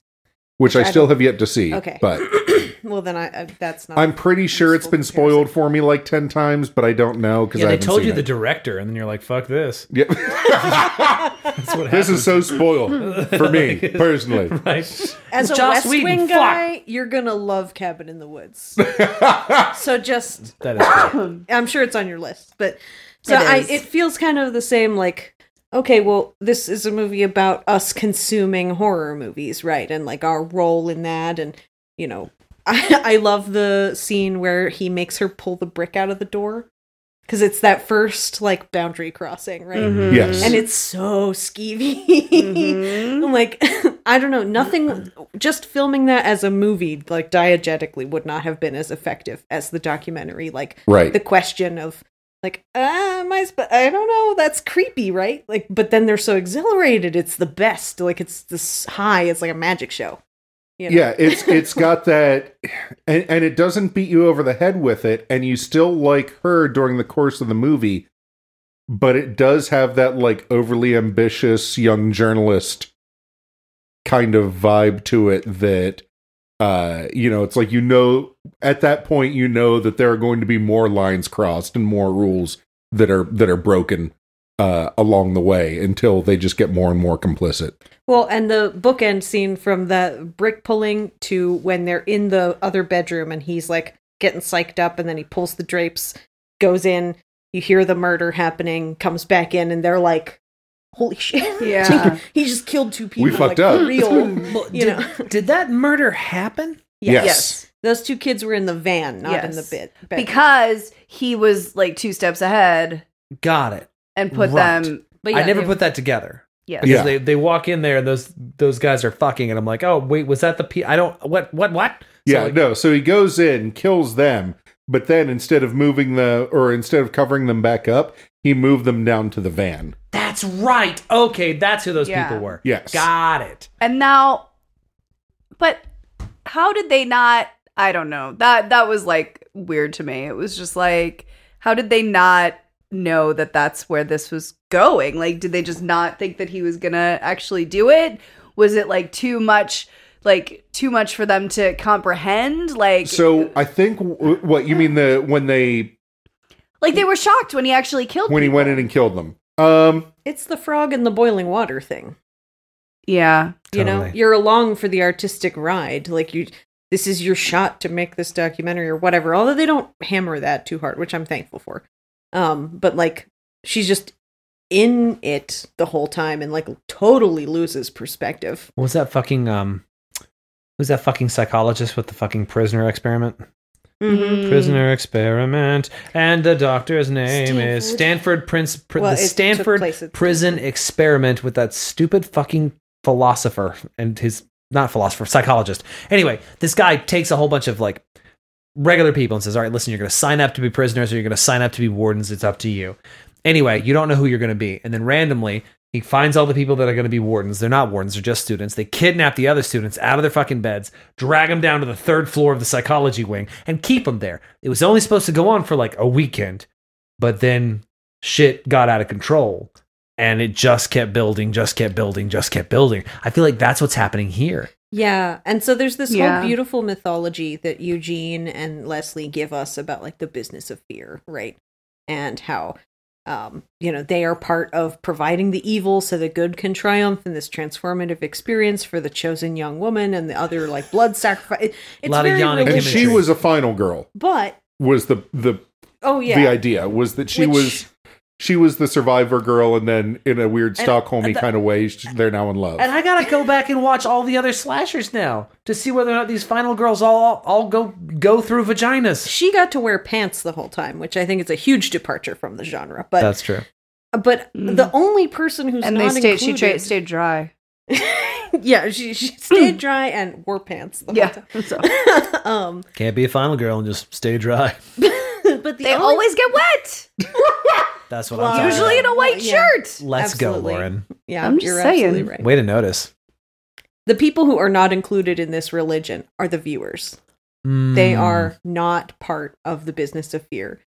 Speaker 1: which I
Speaker 5: Which I
Speaker 1: still
Speaker 5: don't-
Speaker 1: have yet to see.
Speaker 5: Okay. Um,
Speaker 1: But
Speaker 5: well, then I, I that's not.
Speaker 1: I'm pretty sure it's been
Speaker 5: Useful
Speaker 1: spoiled for me like 10 times, but I don't know because
Speaker 3: Yeah,
Speaker 1: I
Speaker 3: they
Speaker 1: haven't
Speaker 3: told you
Speaker 1: seen
Speaker 3: the
Speaker 1: it.
Speaker 3: director, and then you're like, "Fuck this."
Speaker 1: Yeah.
Speaker 3: That's what
Speaker 1: this is so
Speaker 3: happens.
Speaker 1: spoiled for me personally.
Speaker 3: right?
Speaker 5: As a
Speaker 3: Joss
Speaker 5: West
Speaker 3: Whedon,
Speaker 5: Wing
Speaker 3: fuck.
Speaker 5: guy, you're gonna love Cabin in the Woods. so just,
Speaker 3: That is cool.
Speaker 5: I'm sure it's on your list, but so
Speaker 4: It
Speaker 5: I,
Speaker 4: is.
Speaker 5: it feels kind of the same. Like, okay, well, this is a movie about us consuming horror movies, right? And like our role in that, and you know, I, I love the scene where he makes her pull the brick out of the door because it's that first like boundary crossing, right?
Speaker 4: Mm-hmm.
Speaker 1: Yes.
Speaker 5: And it's so skeevy. I'm like, I don't know, nothing, just filming that as a movie, like diegetically, would not have been as effective as the documentary. Like,
Speaker 1: Right.
Speaker 5: the question of, like, ah, am I, sp- I don't know, that's creepy, right? Like, but then they're so exhilarated. It's the best. Like, it's this high. It's like a magic show. You know?
Speaker 1: Yeah, it's it's got that and, and it doesn't beat you over the head with it, and you still like her during the course of the movie, but it does have that like overly ambitious young journalist kind of vibe to it that uh you know it's like you know at that point you know that there are going to be more lines crossed and more rules that are that are broken uh along the way until they just get more and more complicit
Speaker 5: Well, and the bookend scene from the brick pulling to when they're in the other bedroom and he's like getting psyched up and then he pulls the drapes, goes in, you hear the murder happening, comes back in, and they're like, holy shit.
Speaker 4: Yeah.
Speaker 5: he just killed two people.
Speaker 1: fucked
Speaker 5: like,
Speaker 1: up.
Speaker 5: Real, you know.
Speaker 3: Did that murder happen?
Speaker 1: Yes.
Speaker 5: Those two kids were in the van, not in the
Speaker 4: Yes.
Speaker 5: bed. bed.
Speaker 4: Because he was like two steps ahead
Speaker 3: Got it.
Speaker 4: and put
Speaker 3: Right.
Speaker 4: them.
Speaker 5: but
Speaker 3: I never
Speaker 5: they-
Speaker 3: put that together.
Speaker 4: Yes.
Speaker 3: Because
Speaker 1: Yeah.
Speaker 3: they, they walk in there and those those guys are fucking and I'm like, oh wait, was that the P I don't what what what? So,
Speaker 1: Yeah,
Speaker 3: like,
Speaker 1: no. So he goes in, kills them, but then instead of moving the or instead of covering them back up, he moved them down to the van.
Speaker 3: That's right. Okay, that's who those
Speaker 4: Yeah.
Speaker 3: people were.
Speaker 1: Yes.
Speaker 3: Got it.
Speaker 4: And now, but how did they not? I don't know. That that was like weird to me. It was just like, how did they not know that that's where this was going? Like, did they just not think that he was gonna actually do it? Was it like too much? Like too much for them to comprehend? Like
Speaker 1: So I think w- what you mean the when they
Speaker 4: like they were shocked when he actually killed.
Speaker 1: when he went in and killed them. Um,
Speaker 5: It's the frog in the boiling water thing.
Speaker 4: Yeah.
Speaker 5: You know,
Speaker 3: Totally.
Speaker 5: you're along for the artistic ride. Like you, this is your shot to make this documentary or whatever. Although they don't hammer that too hard, which I'm thankful for. Um, but like she's just in it the whole time and like totally loses perspective.
Speaker 3: What was that fucking um who's that fucking psychologist with the fucking prisoner experiment?
Speaker 4: Mm-hmm.
Speaker 3: Prisoner experiment. And the doctor's name is
Speaker 5: Stanford.
Speaker 3: Stanford Prince Pri-
Speaker 5: Well,
Speaker 3: the
Speaker 5: it took
Speaker 3: Stanford
Speaker 5: place at-
Speaker 3: prison experiment with that stupid fucking philosopher and his not philosopher, psychologist. Anyway, this guy takes a whole bunch of like regular people and says, All right, listen, you're gonna sign up to be prisoners or you're gonna sign up to be wardens, it's up to you. Anyway, you don't know who you're gonna be. And then randomly he finds all the people that are going to be wardens. They're not wardens, they're just students. They kidnap the other students out of their fucking beds, drag them down to the third floor of the psychology wing, and keep them there. It was only supposed to go on for like a weekend, but then shit got out of control and it just kept building, just kept building, just kept building. I feel like that's what's happening here.
Speaker 5: Yeah. And so there's this
Speaker 4: Yeah.
Speaker 5: whole beautiful mythology that Eugene and Leslie give us about like the business of fear, right? And how um, you know, they are part of providing the evil so the good can triumph in this transformative experience for the chosen young woman and the other like blood sacrifice. It- it's
Speaker 3: Lot of
Speaker 5: very
Speaker 3: yawning
Speaker 1: and
Speaker 5: religious.
Speaker 1: she
Speaker 3: Imagery.
Speaker 1: was a final girl.
Speaker 5: but
Speaker 1: Was the the
Speaker 5: oh yeah.
Speaker 1: the idea was that she
Speaker 5: Which-
Speaker 1: was she was the survivor girl, and then in a weird
Speaker 5: And-
Speaker 1: Stockholmy
Speaker 5: and the-
Speaker 1: kind of way, sh- they're now in love.
Speaker 3: And I got to go back and watch all the other slashers now to see whether or not these final girls all all go go through vaginas.
Speaker 5: she got to wear pants the whole time, which I think is a huge departure from the genre. But
Speaker 3: That's true.
Speaker 5: but
Speaker 4: Mm.
Speaker 5: the only person who's
Speaker 4: And
Speaker 5: not
Speaker 4: they stayed. She tra-
Speaker 5: included-
Speaker 4: stayed dry.
Speaker 5: yeah, she, she stayed dry and wore pants. The
Speaker 4: Yeah.
Speaker 5: Whole
Speaker 4: So-
Speaker 5: time. um,
Speaker 3: Can't be a final girl and just stay dry.
Speaker 5: but the
Speaker 4: they
Speaker 5: only-
Speaker 4: always get wet.
Speaker 3: That's what
Speaker 5: Well,
Speaker 3: I'm talking
Speaker 4: Usually
Speaker 3: about.
Speaker 4: in a white
Speaker 5: Yeah.
Speaker 4: shirt.
Speaker 3: Let's
Speaker 5: Absolutely.
Speaker 3: go, Lauren.
Speaker 5: yeah,
Speaker 4: I'm just
Speaker 5: you're
Speaker 4: saying.
Speaker 5: absolutely right.
Speaker 3: Way to notice.
Speaker 5: The people who are not included in this religion are the viewers. They
Speaker 3: Mm.
Speaker 5: are not part of the business of fear.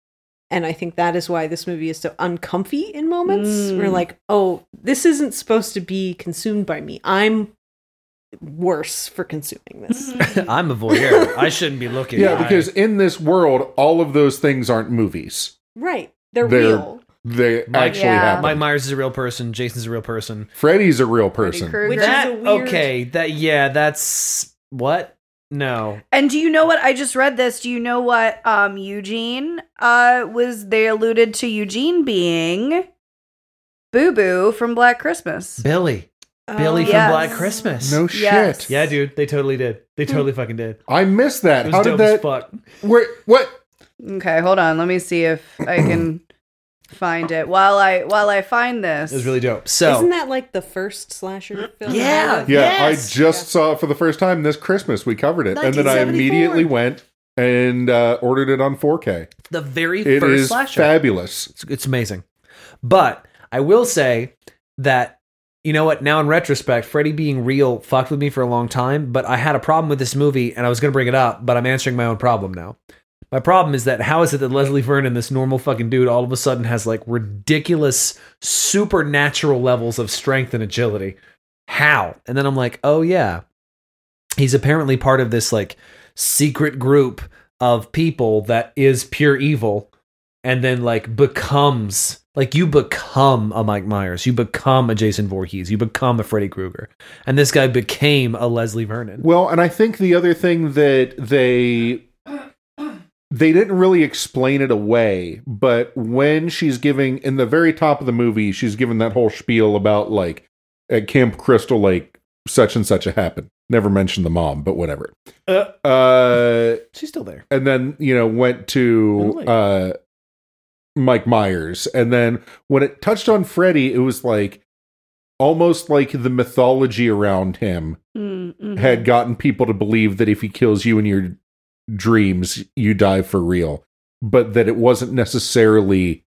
Speaker 5: And I think that is why this movie is so uncomfy in moments. We're
Speaker 4: Mm.
Speaker 5: like, oh, this isn't supposed to be consumed by me. I'm worse for consuming this.
Speaker 4: Mm.
Speaker 3: I'm a voyeur. I shouldn't be looking.
Speaker 1: yeah,
Speaker 3: I-
Speaker 1: because in this world, all of those things aren't movies.
Speaker 5: right. They're,
Speaker 1: They're-
Speaker 5: real.
Speaker 1: They
Speaker 3: My-
Speaker 1: actually
Speaker 4: Yeah.
Speaker 1: happen.
Speaker 3: Mike Myers is a real person. Jason's a real person.
Speaker 1: Freddy's a real
Speaker 4: Freddy
Speaker 1: person.
Speaker 4: Krueger.
Speaker 5: Which is
Speaker 3: That
Speaker 5: a weird-
Speaker 3: okay? That yeah. That's what? No.
Speaker 4: And do you know what I just read this? Do you know what um Eugene uh was they alluded to Eugene being Boo Boo from Black Christmas.
Speaker 3: Billy. Billy
Speaker 5: Oh.
Speaker 3: from
Speaker 4: Yes.
Speaker 3: Black Christmas.
Speaker 1: No shit.
Speaker 4: Yes.
Speaker 3: Yeah, dude. They totally did. They totally fucking did.
Speaker 1: I missed
Speaker 3: It
Speaker 1: that.
Speaker 3: was
Speaker 1: How
Speaker 3: dope
Speaker 1: did
Speaker 3: as
Speaker 1: that?
Speaker 3: fuck.
Speaker 1: Where? What?
Speaker 4: Okay, hold on. Let me see if I can find it while I while I find this.
Speaker 3: It was really dope. So
Speaker 5: Isn't that like the first slasher film?
Speaker 3: Yeah.
Speaker 5: Out of-
Speaker 1: Yeah,
Speaker 3: Yes.
Speaker 1: I just saw it for the first time this Christmas. We covered it, and then I
Speaker 3: 1974.
Speaker 1: immediately went and uh, ordered it on 4K.
Speaker 3: the very
Speaker 1: It
Speaker 3: first
Speaker 1: is
Speaker 3: slasher.
Speaker 1: fabulous.
Speaker 3: It's, it's amazing. But I will say that you know what? Now in retrospect, Freddy being real fucked with me for a long time. But I had a problem with this movie, and I was going to bring it up, but I'm answering my own problem now. My problem is that how is it that Leslie Vernon, this normal fucking dude, all of a sudden has like ridiculous supernatural levels of strength and agility? How? And then I'm like, oh yeah, he's apparently part of this like secret group of people that is pure evil and then like becomes like you become a Mike Myers, you become a Jason Voorhees, you become a Freddy Krueger, and this guy became a Leslie Vernon.
Speaker 1: Well, and I think the other thing that they they didn't really explain it away, but when she's giving in the very top of the movie, she's given that whole spiel about like at Camp Crystal Lake, such and such a happened. Never mentioned the mom, but whatever.
Speaker 3: Uh,
Speaker 1: Uh,
Speaker 3: she's still there.
Speaker 1: and then you know went to
Speaker 3: Really?
Speaker 1: uh, Mike Myers, and then when it touched on Freddy, it was like almost like the mythology around him
Speaker 4: Mm, mhm.
Speaker 1: had gotten people to believe that if he kills you in your dreams, you die for real, but that it wasn't necessarily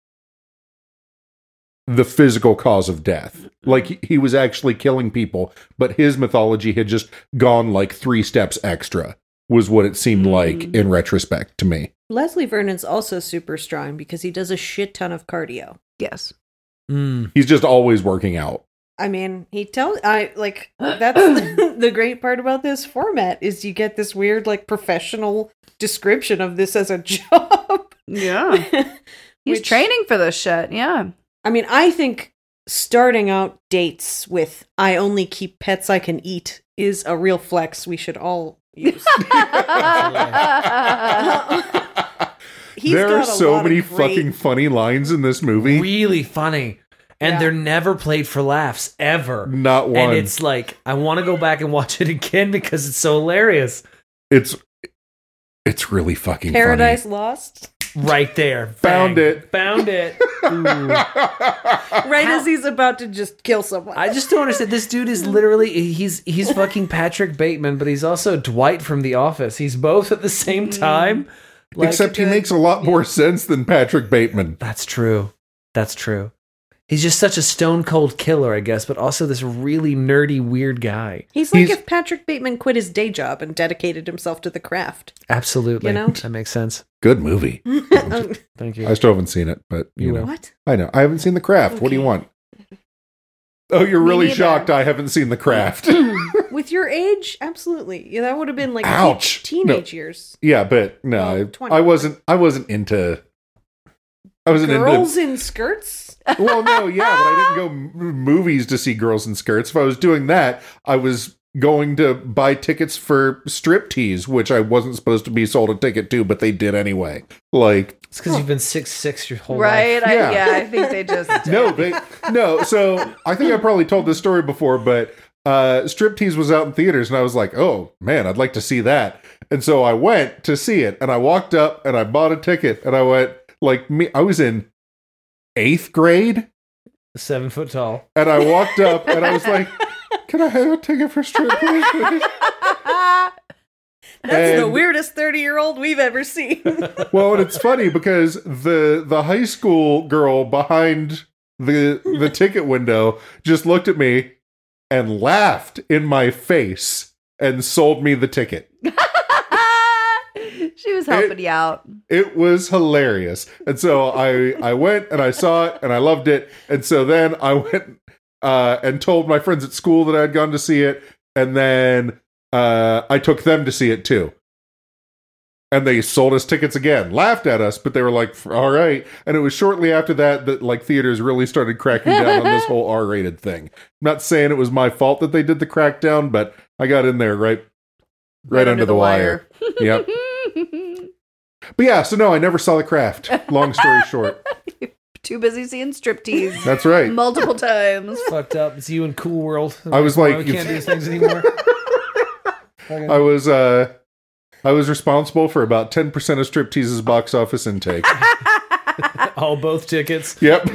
Speaker 1: the physical cause of death. Like he- he was actually killing people, but his mythology had just gone like three steps extra, was what it
Speaker 3: Hmm.
Speaker 1: seemed like
Speaker 4: Mm.
Speaker 1: in retrospect to me.
Speaker 5: Leslie Vernon's also super strong because he does a shit ton of cardio.
Speaker 4: Yes.
Speaker 3: Mm.
Speaker 1: He's just always working out.
Speaker 5: I mean, he tells I like that's the, the great part about this format is you get this weird like professional description of this as a job.
Speaker 4: Yeah. He's
Speaker 5: Which-
Speaker 4: training for this shit. Yeah.
Speaker 5: I mean, I think starting out dates with I only keep pets I can eat is a real flex we should all use. He's
Speaker 1: there are
Speaker 5: got a lot
Speaker 1: so
Speaker 5: of
Speaker 1: many
Speaker 5: great-
Speaker 1: fucking funny lines in this movie.
Speaker 3: Really funny. And
Speaker 5: Yeah.
Speaker 3: they're never played for laughs ever.
Speaker 1: Not one.
Speaker 3: And it's like I want to go back and watch it again because it's so hilarious.
Speaker 1: it's it's really fucking funny.
Speaker 5: Paradise Lost.
Speaker 3: Right there,
Speaker 1: Found
Speaker 3: Bang.
Speaker 1: it.
Speaker 3: found it. Ooh.
Speaker 5: Right as he's about to just kill someone.
Speaker 3: I just don't understand. This dude is literally he's he's fucking Patrick Bateman, but he's also Dwight from The Office. He's both at the same time. Like,
Speaker 1: Hmm. Except he
Speaker 5: good-
Speaker 1: makes a lot more sense than Patrick Bateman.
Speaker 3: that's true. That's true. He's just such a stone cold killer, I guess, but also this really nerdy, weird guy.
Speaker 5: He's like
Speaker 1: He's-
Speaker 5: if Patrick Bateman quit his day job and dedicated himself to the craft.
Speaker 3: Absolutely,
Speaker 5: You know?
Speaker 3: that makes sense.
Speaker 1: Good movie.
Speaker 5: Um,
Speaker 3: Thank you.
Speaker 1: I still haven't seen it, but you
Speaker 3: You
Speaker 1: know,
Speaker 5: what?
Speaker 1: I know I haven't seen The Craft. What do you
Speaker 5: Okay.
Speaker 1: want? Oh, you're
Speaker 4: Me
Speaker 1: really
Speaker 4: neither.
Speaker 1: shocked! I haven't seen The Craft.
Speaker 5: With your age, absolutely. Yeah, that would have been like
Speaker 1: Ouch.
Speaker 5: te- teenage years.
Speaker 1: yeah, but no,
Speaker 5: Well,
Speaker 1: I-
Speaker 5: 20.
Speaker 1: I wasn't. I wasn't into. I wasn't
Speaker 5: Girls in skirts.
Speaker 1: into. Well, no, yeah, but I didn't go m- movies to see girls in skirts. If I was doing that, I was going to buy tickets for strip tease, which I wasn't supposed to be sold a ticket to, but they did anyway. Like
Speaker 3: It's because you've been six six your whole
Speaker 4: right.
Speaker 3: life.
Speaker 4: I,
Speaker 1: Yeah.
Speaker 4: yeah. I think they just.
Speaker 1: no, they, no. So I think I probably told this story before, but uh, Striptease was out in theaters, and I was like, "Oh man, I'd like to see that." And so I went to see it, and I walked up and I bought a ticket, and I went like me. I was in eighth grade,
Speaker 3: Seven foot tall.
Speaker 1: and I walked up and I was like, "Can I have a ticket for Striptease?" please?"
Speaker 5: That's the
Speaker 1: And-
Speaker 5: weirdest 30 year old we've ever seen.
Speaker 1: well, and it's funny because the the high school girl behind the the ticket window just looked at me and laughed in my face and sold me the ticket.
Speaker 4: she was helping you out.
Speaker 1: It was hilarious. And so I I went and I saw it and I loved it. And so then I went uh and told my friends at school that I had gone to see it and then uh I took them to see it too. And they sold us tickets again, laughed at us, but they were like, "All right." And it was shortly after that that like theaters really started cracking down on this whole R-rated thing. I'm not saying it was my fault that they did the crackdown, but I got in there right, right, under, the, wire. yep. But yeah, so no, I never saw the craft. Long story short.
Speaker 4: Too busy seeing striptease
Speaker 1: That's right.
Speaker 4: multiple times.
Speaker 3: It's fucked up. It's you and Cool World.
Speaker 1: I was
Speaker 3: Why
Speaker 1: like-
Speaker 3: we can't do these things anymore. Fucking-
Speaker 1: I was uh I was responsible for about 10% of Striptease's box office intake.
Speaker 3: all both tickets.
Speaker 1: Yep.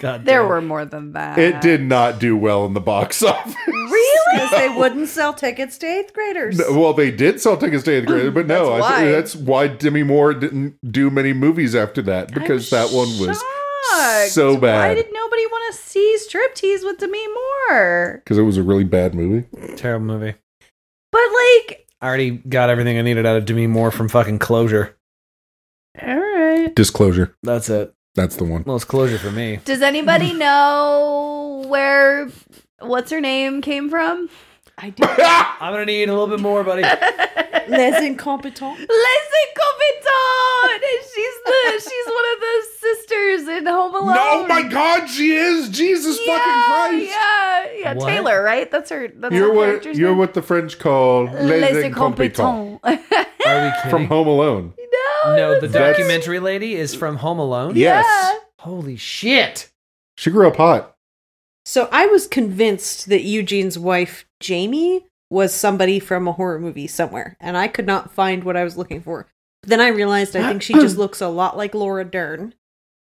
Speaker 3: God,
Speaker 4: There
Speaker 3: damn.
Speaker 4: were more than that.
Speaker 1: It did not do well in the box office.
Speaker 5: Really? Because they wouldn't sell tickets to eighth graders.
Speaker 1: No, well, they did sell tickets to eighth grade, but no,
Speaker 4: That's
Speaker 1: I
Speaker 4: why.
Speaker 1: think that's why Demi Moore didn't do many movies after that because that one was
Speaker 4: Shocked.
Speaker 1: so
Speaker 4: Why
Speaker 1: bad.
Speaker 4: did nobody want to see striptease with Demi Moore?
Speaker 1: because it was a really bad movie.
Speaker 3: terrible movie.
Speaker 4: But like,
Speaker 3: I already got everything I needed out of Demi Moore from fucking Closure.
Speaker 4: all right.
Speaker 1: Disclosure.
Speaker 3: That's it.
Speaker 1: That's the one.
Speaker 3: Well, it's Closure for me.
Speaker 4: Does anybody know where what's her name came from?
Speaker 5: I do.
Speaker 3: I'm gonna need a little bit more, buddy.
Speaker 5: Les incompetents.
Speaker 4: Leslie Coviton. She's the she's one of the sisters in Home Alone.
Speaker 1: No, my God, she is Jesus
Speaker 4: Yeah,
Speaker 1: fucking Christ.
Speaker 4: Yeah, yeah.
Speaker 3: What?
Speaker 4: Taylor, right? That's her. That's
Speaker 1: You're
Speaker 4: her
Speaker 1: what
Speaker 4: character's
Speaker 1: you're
Speaker 4: name.
Speaker 1: what the French call les incompetents
Speaker 4: incompetents.
Speaker 3: Are we kidding?
Speaker 1: from Home Alone.
Speaker 4: no,
Speaker 3: No, the
Speaker 1: That's-
Speaker 3: documentary lady is from Home Alone.
Speaker 1: Yes,
Speaker 4: Yeah.
Speaker 3: Holy shit!
Speaker 1: she grew up hot.
Speaker 5: So I was convinced that Eugene's wife, Jamie, was somebody from a horror movie somewhere, and I could not find what I was looking for. But then I realized I think she just looks a lot like Laura Dern.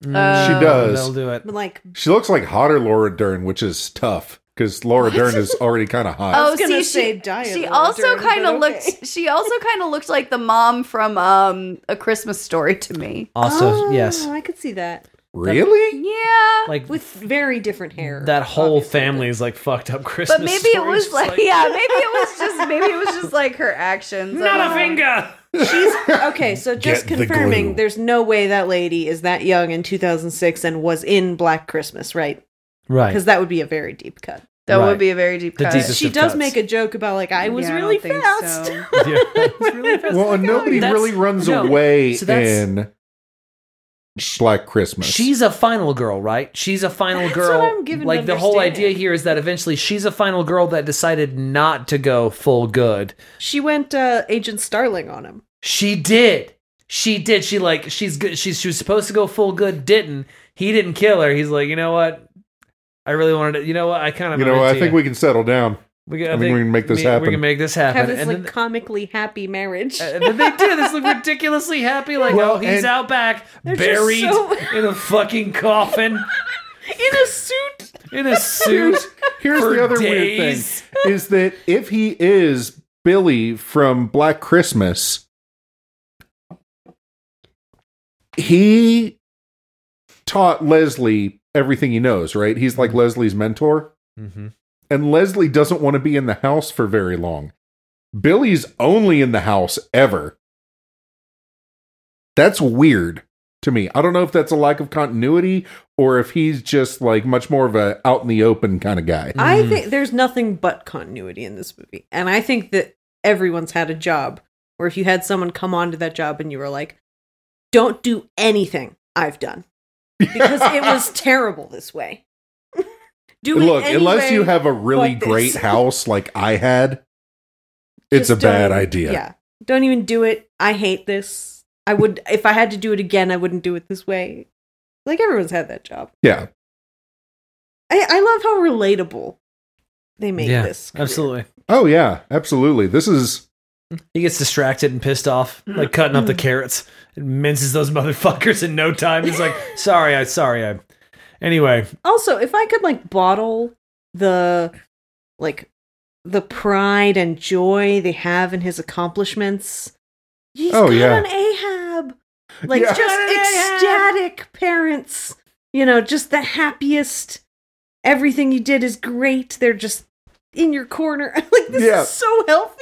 Speaker 4: Uh,
Speaker 1: She does.
Speaker 3: They'll Mm, do it.
Speaker 5: But like,
Speaker 1: She looks like hotter Laura Dern, which is tough because Laura Dern is already kind of hot.
Speaker 5: I was gonna say diet
Speaker 4: Oh, she
Speaker 5: Laura
Speaker 4: also
Speaker 5: Dern,
Speaker 4: kind of
Speaker 5: but
Speaker 4: looks.
Speaker 5: okay.
Speaker 4: She also kind of looked like the mom from um, A Christmas Story to me.
Speaker 3: Also,
Speaker 5: oh,
Speaker 3: yes,
Speaker 5: I could see that
Speaker 3: Oh,
Speaker 1: really?
Speaker 4: Yeah,
Speaker 3: like
Speaker 5: with very different hair.
Speaker 3: that whole
Speaker 5: obviously,
Speaker 3: family is like fucked up Christmas.
Speaker 4: but maybe it
Speaker 3: stories,
Speaker 4: was
Speaker 3: just
Speaker 4: like, yeah, maybe it was just maybe it was just like her actions.
Speaker 3: not
Speaker 4: and
Speaker 3: a
Speaker 4: all.
Speaker 3: finger.
Speaker 5: but- Okay, so just
Speaker 1: Get the glue.
Speaker 5: confirming, there's no way that lady is that young in 2006 and was in Black Christmas, right?
Speaker 3: Right.
Speaker 5: Because that would be a very deep cut.
Speaker 4: That
Speaker 3: Right.
Speaker 4: would be a very deep
Speaker 3: The
Speaker 4: cut.
Speaker 3: deepest- Just
Speaker 5: she
Speaker 3: of
Speaker 5: does
Speaker 3: cuts.
Speaker 5: make a joke about like I was
Speaker 4: Yeah, I don't
Speaker 5: really
Speaker 4: think
Speaker 5: fast.
Speaker 4: so.
Speaker 3: Yeah, it's really fast.
Speaker 5: oh,
Speaker 1: Well, and nobody
Speaker 3: That's-
Speaker 1: really runs
Speaker 3: no.
Speaker 1: away
Speaker 3: So that's-
Speaker 1: in Black Christmas.
Speaker 3: She's a final girl, right? She's a final
Speaker 5: That's
Speaker 3: girl.
Speaker 5: what I'm given to
Speaker 3: like the whole
Speaker 5: understand.
Speaker 3: idea here is that eventually she's a final girl that decided not to go full good.
Speaker 5: She went uh, Agent Starling on him.
Speaker 3: She did. She did. She like she's good. She's she was supposed to go full good. Didn't. He didn't kill her. He's like, you know what? I really wanted to. You know what? I kind of.
Speaker 1: you know, I think we can settle down.
Speaker 3: We can,
Speaker 1: I think we can make this happen.
Speaker 3: We can make this happen.
Speaker 5: Have this
Speaker 3: and
Speaker 5: like
Speaker 3: then, Uh,
Speaker 5: comically happy marriage.
Speaker 3: and then they did. This look ridiculously happy. Like,
Speaker 1: Well,
Speaker 3: oh, he's
Speaker 1: and-
Speaker 3: out back,
Speaker 5: They're just
Speaker 3: buried
Speaker 5: so-
Speaker 3: in a fucking coffin,
Speaker 5: in a suit.
Speaker 3: in a suit.
Speaker 1: Here's
Speaker 3: For
Speaker 1: the other
Speaker 3: days.
Speaker 1: weird thing is that if he is Billy from Black Christmas, he taught Leslie everything he knows, right? He's like Leslie's mentor,
Speaker 3: mm-hmm.
Speaker 1: and Leslie doesn't want to be in the house for very long. Billy's only in the house ever. That's weird to me. I don't know if that's a lack of continuity or if he's just like much more of a out in the open kind of guy.
Speaker 5: I
Speaker 3: Mhm.
Speaker 5: think there's nothing but continuity in this movie. And I think that everyone's had a job where if you had someone come onto that job and you were like, don't do anything I've done because it was terrible this way. do it
Speaker 1: Look,
Speaker 5: any
Speaker 1: unless you
Speaker 5: way,
Speaker 1: have a really
Speaker 5: but this.
Speaker 1: great house like I had, it's
Speaker 5: just
Speaker 1: a bad
Speaker 5: don't-
Speaker 1: idea.
Speaker 5: Yeah. Don't even do it. I hate this. I would, if I had to do it again, I wouldn't do it this way. Like everyone's had that job.
Speaker 1: Yeah.
Speaker 5: I, I love how relatable they make
Speaker 3: yeah,
Speaker 5: this. career.
Speaker 3: absolutely.
Speaker 1: Oh yeah, absolutely. This is
Speaker 3: He gets distracted and pissed off, like cutting up the carrots and minces those motherfuckers in no time. He's like, sorry, I, sorry, I. Anyway,
Speaker 5: also if i could like bottle the like the pride and joy they have in his accomplishments he's
Speaker 1: Oh,
Speaker 5: got
Speaker 1: yeah.
Speaker 5: an ahab like
Speaker 1: Yeah.
Speaker 5: just ecstatic parents you know just the happiest everything you did is great they're just in your corner like this
Speaker 1: Yeah.
Speaker 5: is so healthy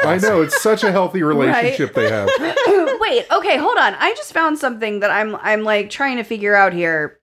Speaker 1: I know, it's such a healthy relationship they have.
Speaker 4: Wait, okay, hold on. I just found something that I'm I'm like trying to figure out here.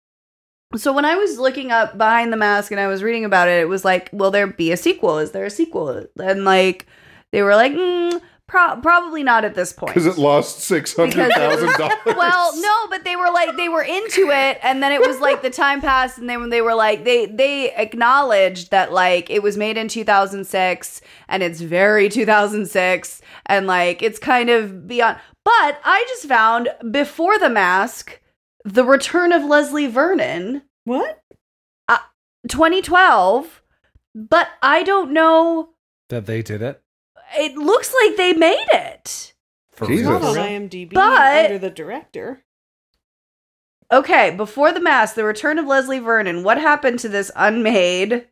Speaker 4: So when I was looking up behind the mask and I was reading about it, it was like, will there be a sequel? Is there a sequel? And like they were like, mm, pro- probably not at this point.
Speaker 1: Because it lost six hundred thousand dollars.
Speaker 4: Well, no, but they were like they were into it, and then it was like the time passed, and then they were like they they acknowledged that like it was made in 2006, and it's very 2006, and like it's kind of beyond. But I just found before the mask, the return of Leslie Vernon,
Speaker 5: what
Speaker 4: 2012, but I don't know.
Speaker 3: that they did it.
Speaker 4: It looks like they made it.
Speaker 1: For
Speaker 5: It's not
Speaker 1: real.
Speaker 5: on imdb
Speaker 4: But-
Speaker 5: under the director
Speaker 4: Okay, before the mask, the return of Leslie Vernon. What happened to this unmade?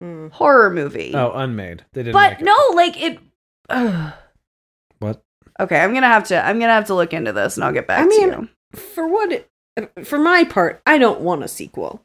Speaker 5: Hmm.
Speaker 4: horror movie.
Speaker 3: Oh, unmade. They didn't.
Speaker 4: but
Speaker 3: make it.
Speaker 4: no, like it. Ugh.
Speaker 3: What?
Speaker 4: Okay, I'm gonna have to. I'm gonna have to look into this, and I'll get back to
Speaker 5: I mean-
Speaker 4: you.
Speaker 5: for what it, for my part, I don't want a sequel.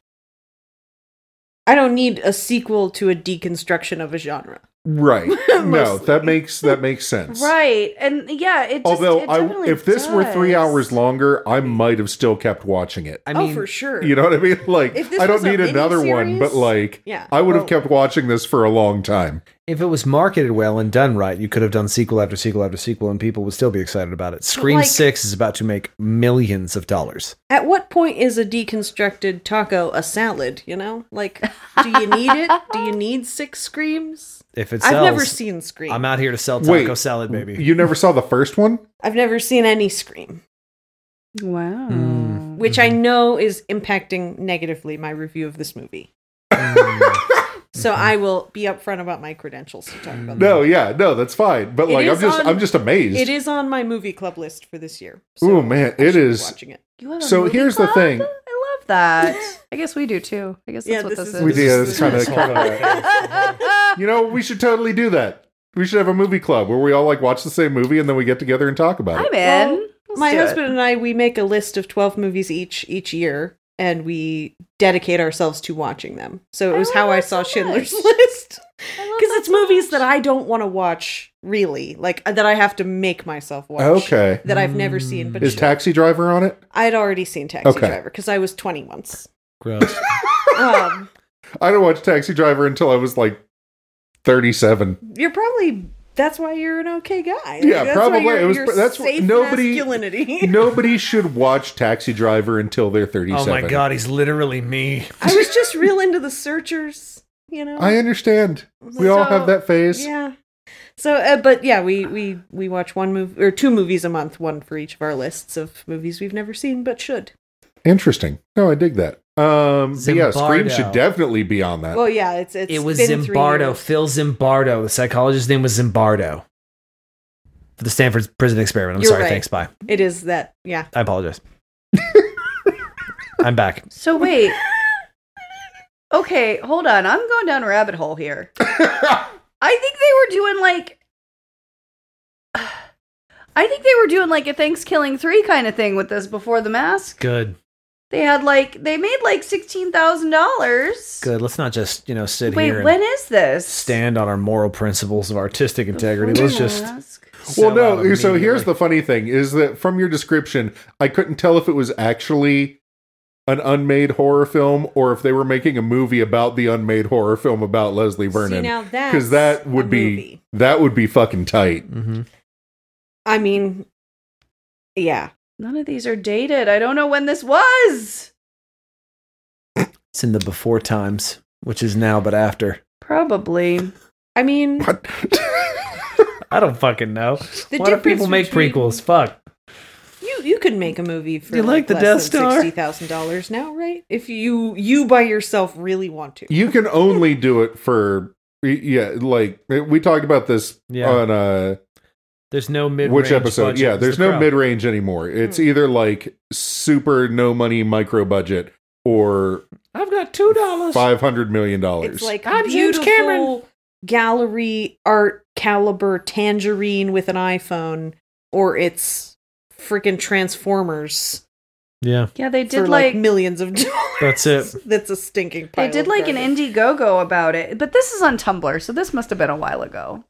Speaker 5: I don't need a sequel to a deconstruction of a genre.
Speaker 1: Right. No,
Speaker 5: Mostly.
Speaker 1: that makes that makes sense.
Speaker 4: Right, and yeah, it. Just,
Speaker 1: Although
Speaker 4: it
Speaker 1: I
Speaker 4: definitely
Speaker 1: if this were three
Speaker 4: does.
Speaker 1: hours longer, I might have still kept watching it.
Speaker 3: I mean,
Speaker 5: oh, for sure.
Speaker 1: You know what I mean? Like
Speaker 5: If this
Speaker 1: I don't
Speaker 5: was a
Speaker 1: need another one,
Speaker 5: miniseries-
Speaker 1: but like
Speaker 5: yeah.
Speaker 1: I would
Speaker 5: Well,
Speaker 1: have kept watching this for a long time.
Speaker 3: if it was marketed well and done right, you could have done sequel after sequel after sequel, and people would still be excited about it. Scream
Speaker 5: like-
Speaker 3: Six is about to make millions of dollars.
Speaker 5: At what point is a deconstructed taco a salad? You know, like, do you need it? Do you need six screams?
Speaker 3: If it sells,
Speaker 5: I've never seen scream.
Speaker 3: I'm out here to sell taco
Speaker 1: Wait.
Speaker 3: salad, baby.
Speaker 1: You never saw the first one?
Speaker 5: I've never seen any scream,
Speaker 4: Wow.
Speaker 3: Mm.
Speaker 5: Hmm.
Speaker 3: Mm-hmm. Mm.
Speaker 5: which I know is impacting negatively my review of this movie. So
Speaker 3: Mm-hmm.
Speaker 5: I will be upfront about my credentials to talk about that.
Speaker 1: No, yeah, no, that's fine. But
Speaker 5: Mm-hmm. It
Speaker 1: like, I'm
Speaker 5: is
Speaker 1: just,
Speaker 5: on-
Speaker 1: I'm just amazed.
Speaker 5: It is on my movie club list for this year.
Speaker 1: Ooh, man,
Speaker 5: I
Speaker 1: it
Speaker 5: should be
Speaker 1: is-
Speaker 5: watching it.
Speaker 4: You have a
Speaker 1: So
Speaker 4: movie
Speaker 1: here's the
Speaker 4: club?
Speaker 1: thing.
Speaker 4: I love that. I guess we do too. I guess that's
Speaker 5: Yeah,
Speaker 4: what
Speaker 5: this
Speaker 4: this,
Speaker 5: is-
Speaker 4: is.
Speaker 1: We do. It's
Speaker 2: This
Speaker 1: kind of,
Speaker 2: is-
Speaker 1: kind of. You know, we should totally do that. We should have a movie club where we all like watch the same movie and then we get together and talk about it.
Speaker 4: I'm in.
Speaker 5: Well,
Speaker 4: Let's
Speaker 5: my
Speaker 4: do it.
Speaker 5: husband and I we make a list of 12 movies each each year and we dedicate ourselves to watching them. So
Speaker 4: I
Speaker 5: it was
Speaker 4: love
Speaker 5: how I
Speaker 4: that
Speaker 5: saw
Speaker 4: so
Speaker 5: Schindler's
Speaker 4: much.
Speaker 5: List
Speaker 4: I love
Speaker 5: because
Speaker 4: that
Speaker 5: it's
Speaker 4: so
Speaker 5: movies
Speaker 4: much.
Speaker 5: that I don't want to watch really, like that I have to make myself watch.
Speaker 1: Okay.
Speaker 5: That I've never seen, but
Speaker 1: Is
Speaker 5: sh-
Speaker 1: Taxi Driver on it?
Speaker 5: I'd already seen Taxi
Speaker 1: Okay.
Speaker 5: Driver because I was 20 once.
Speaker 2: Gross.
Speaker 3: Oh
Speaker 5: Um,
Speaker 1: I don't watch Taxi Driver until I was like 37.
Speaker 5: you're probably that's why you're an okay guy.
Speaker 1: Yeah,
Speaker 5: that's why
Speaker 1: probably.
Speaker 5: you're-
Speaker 1: It was-
Speaker 5: you're
Speaker 1: that's wh-
Speaker 5: safe
Speaker 1: nobody-
Speaker 5: masculinity.
Speaker 1: Nobody should watch Taxi Driver until they're 37.
Speaker 3: Oh my god, he's literally me.
Speaker 5: I was just real into the Searchers. You know,
Speaker 1: I understand. We all have
Speaker 5: So-
Speaker 1: that phase.
Speaker 5: Yeah. So, uh, but yeah, we we we watch one movie or two movies a month, one for each of our lists of movies we've never seen but should.
Speaker 1: Interesting. No, I dig that. Um, but yeah, Scream
Speaker 3: Zimbardo.
Speaker 1: should definitely be on that.
Speaker 5: Well, yeah, it's it's
Speaker 3: it was
Speaker 5: been three
Speaker 3: Zimbardo,
Speaker 5: years.
Speaker 3: Phil Zimbardo. The psychologist's name was Zimbardo. For the Stanford Prison Experiment. I'm
Speaker 5: You're
Speaker 3: sorry,
Speaker 5: right.
Speaker 3: thanks. Bye.
Speaker 5: It is that. Yeah,
Speaker 3: I apologize. I'm back.
Speaker 4: So wait. Okay, hold on. I'm going down a rabbit hole here. I think they were doing like I think they were doing like a Thanksgiving 3 kind of thing with this before the mask.
Speaker 3: Good.
Speaker 4: They had like they made like $16,000.
Speaker 3: Good. Let's not just, you know, sit here
Speaker 4: Wait,
Speaker 3: and
Speaker 4: when is this?
Speaker 3: stand on our moral principles of artistic integrity. Let's
Speaker 4: Before the
Speaker 3: just
Speaker 4: mask?
Speaker 1: Well,
Speaker 3: sell out
Speaker 1: no. So here's
Speaker 3: immediately.
Speaker 1: the funny thing: is that from your description, I couldn't tell if it was actually an unmade horror film or if they were making a movie about the unmade horror film about Leslie
Speaker 5: See,
Speaker 1: Vernon.
Speaker 5: now that's
Speaker 1: Because that
Speaker 5: a
Speaker 1: would be
Speaker 5: movie.
Speaker 1: that would be fucking tight.
Speaker 3: Mhm.
Speaker 5: I mean, yeah,
Speaker 4: None of these are dated. I don't know when this was.
Speaker 3: It's in the before times, which is now but after.
Speaker 4: Probably.
Speaker 5: I mean,
Speaker 1: What?
Speaker 3: I don't fucking know.
Speaker 5: The
Speaker 3: Why do
Speaker 5: difference
Speaker 3: people make
Speaker 5: between-
Speaker 3: prequels? Fuck.
Speaker 5: you you could make a movie for
Speaker 3: You like the
Speaker 5: less
Speaker 3: Death
Speaker 5: than
Speaker 3: Star?
Speaker 5: sixty thousand dollars now, right? If you you by yourself really want to,
Speaker 1: you can only do it for yeah. Like we talked about this
Speaker 3: Yeah.
Speaker 1: on uh
Speaker 3: There's no mid.
Speaker 1: which episode? Yeah, there's no mid range anymore.
Speaker 5: Hmm.
Speaker 1: It's either like super no money micro budget or
Speaker 3: I've got two dollars.
Speaker 1: five hundred million dollars.
Speaker 5: It's like
Speaker 3: I'm James
Speaker 5: beautiful
Speaker 3: Cameron.
Speaker 5: gallery art caliber tangerine with an iPhone, or it's freaking Transformers
Speaker 3: Yeah,
Speaker 4: Yeah, they
Speaker 5: for
Speaker 4: did
Speaker 5: like,
Speaker 4: like,
Speaker 5: millions of dollars.
Speaker 3: that's it.
Speaker 5: That's a stinking. Pile
Speaker 4: they did
Speaker 5: of
Speaker 4: like an
Speaker 5: garbage.
Speaker 4: Indiegogo about it, but this is on Tumblr, so this must have been a while ago.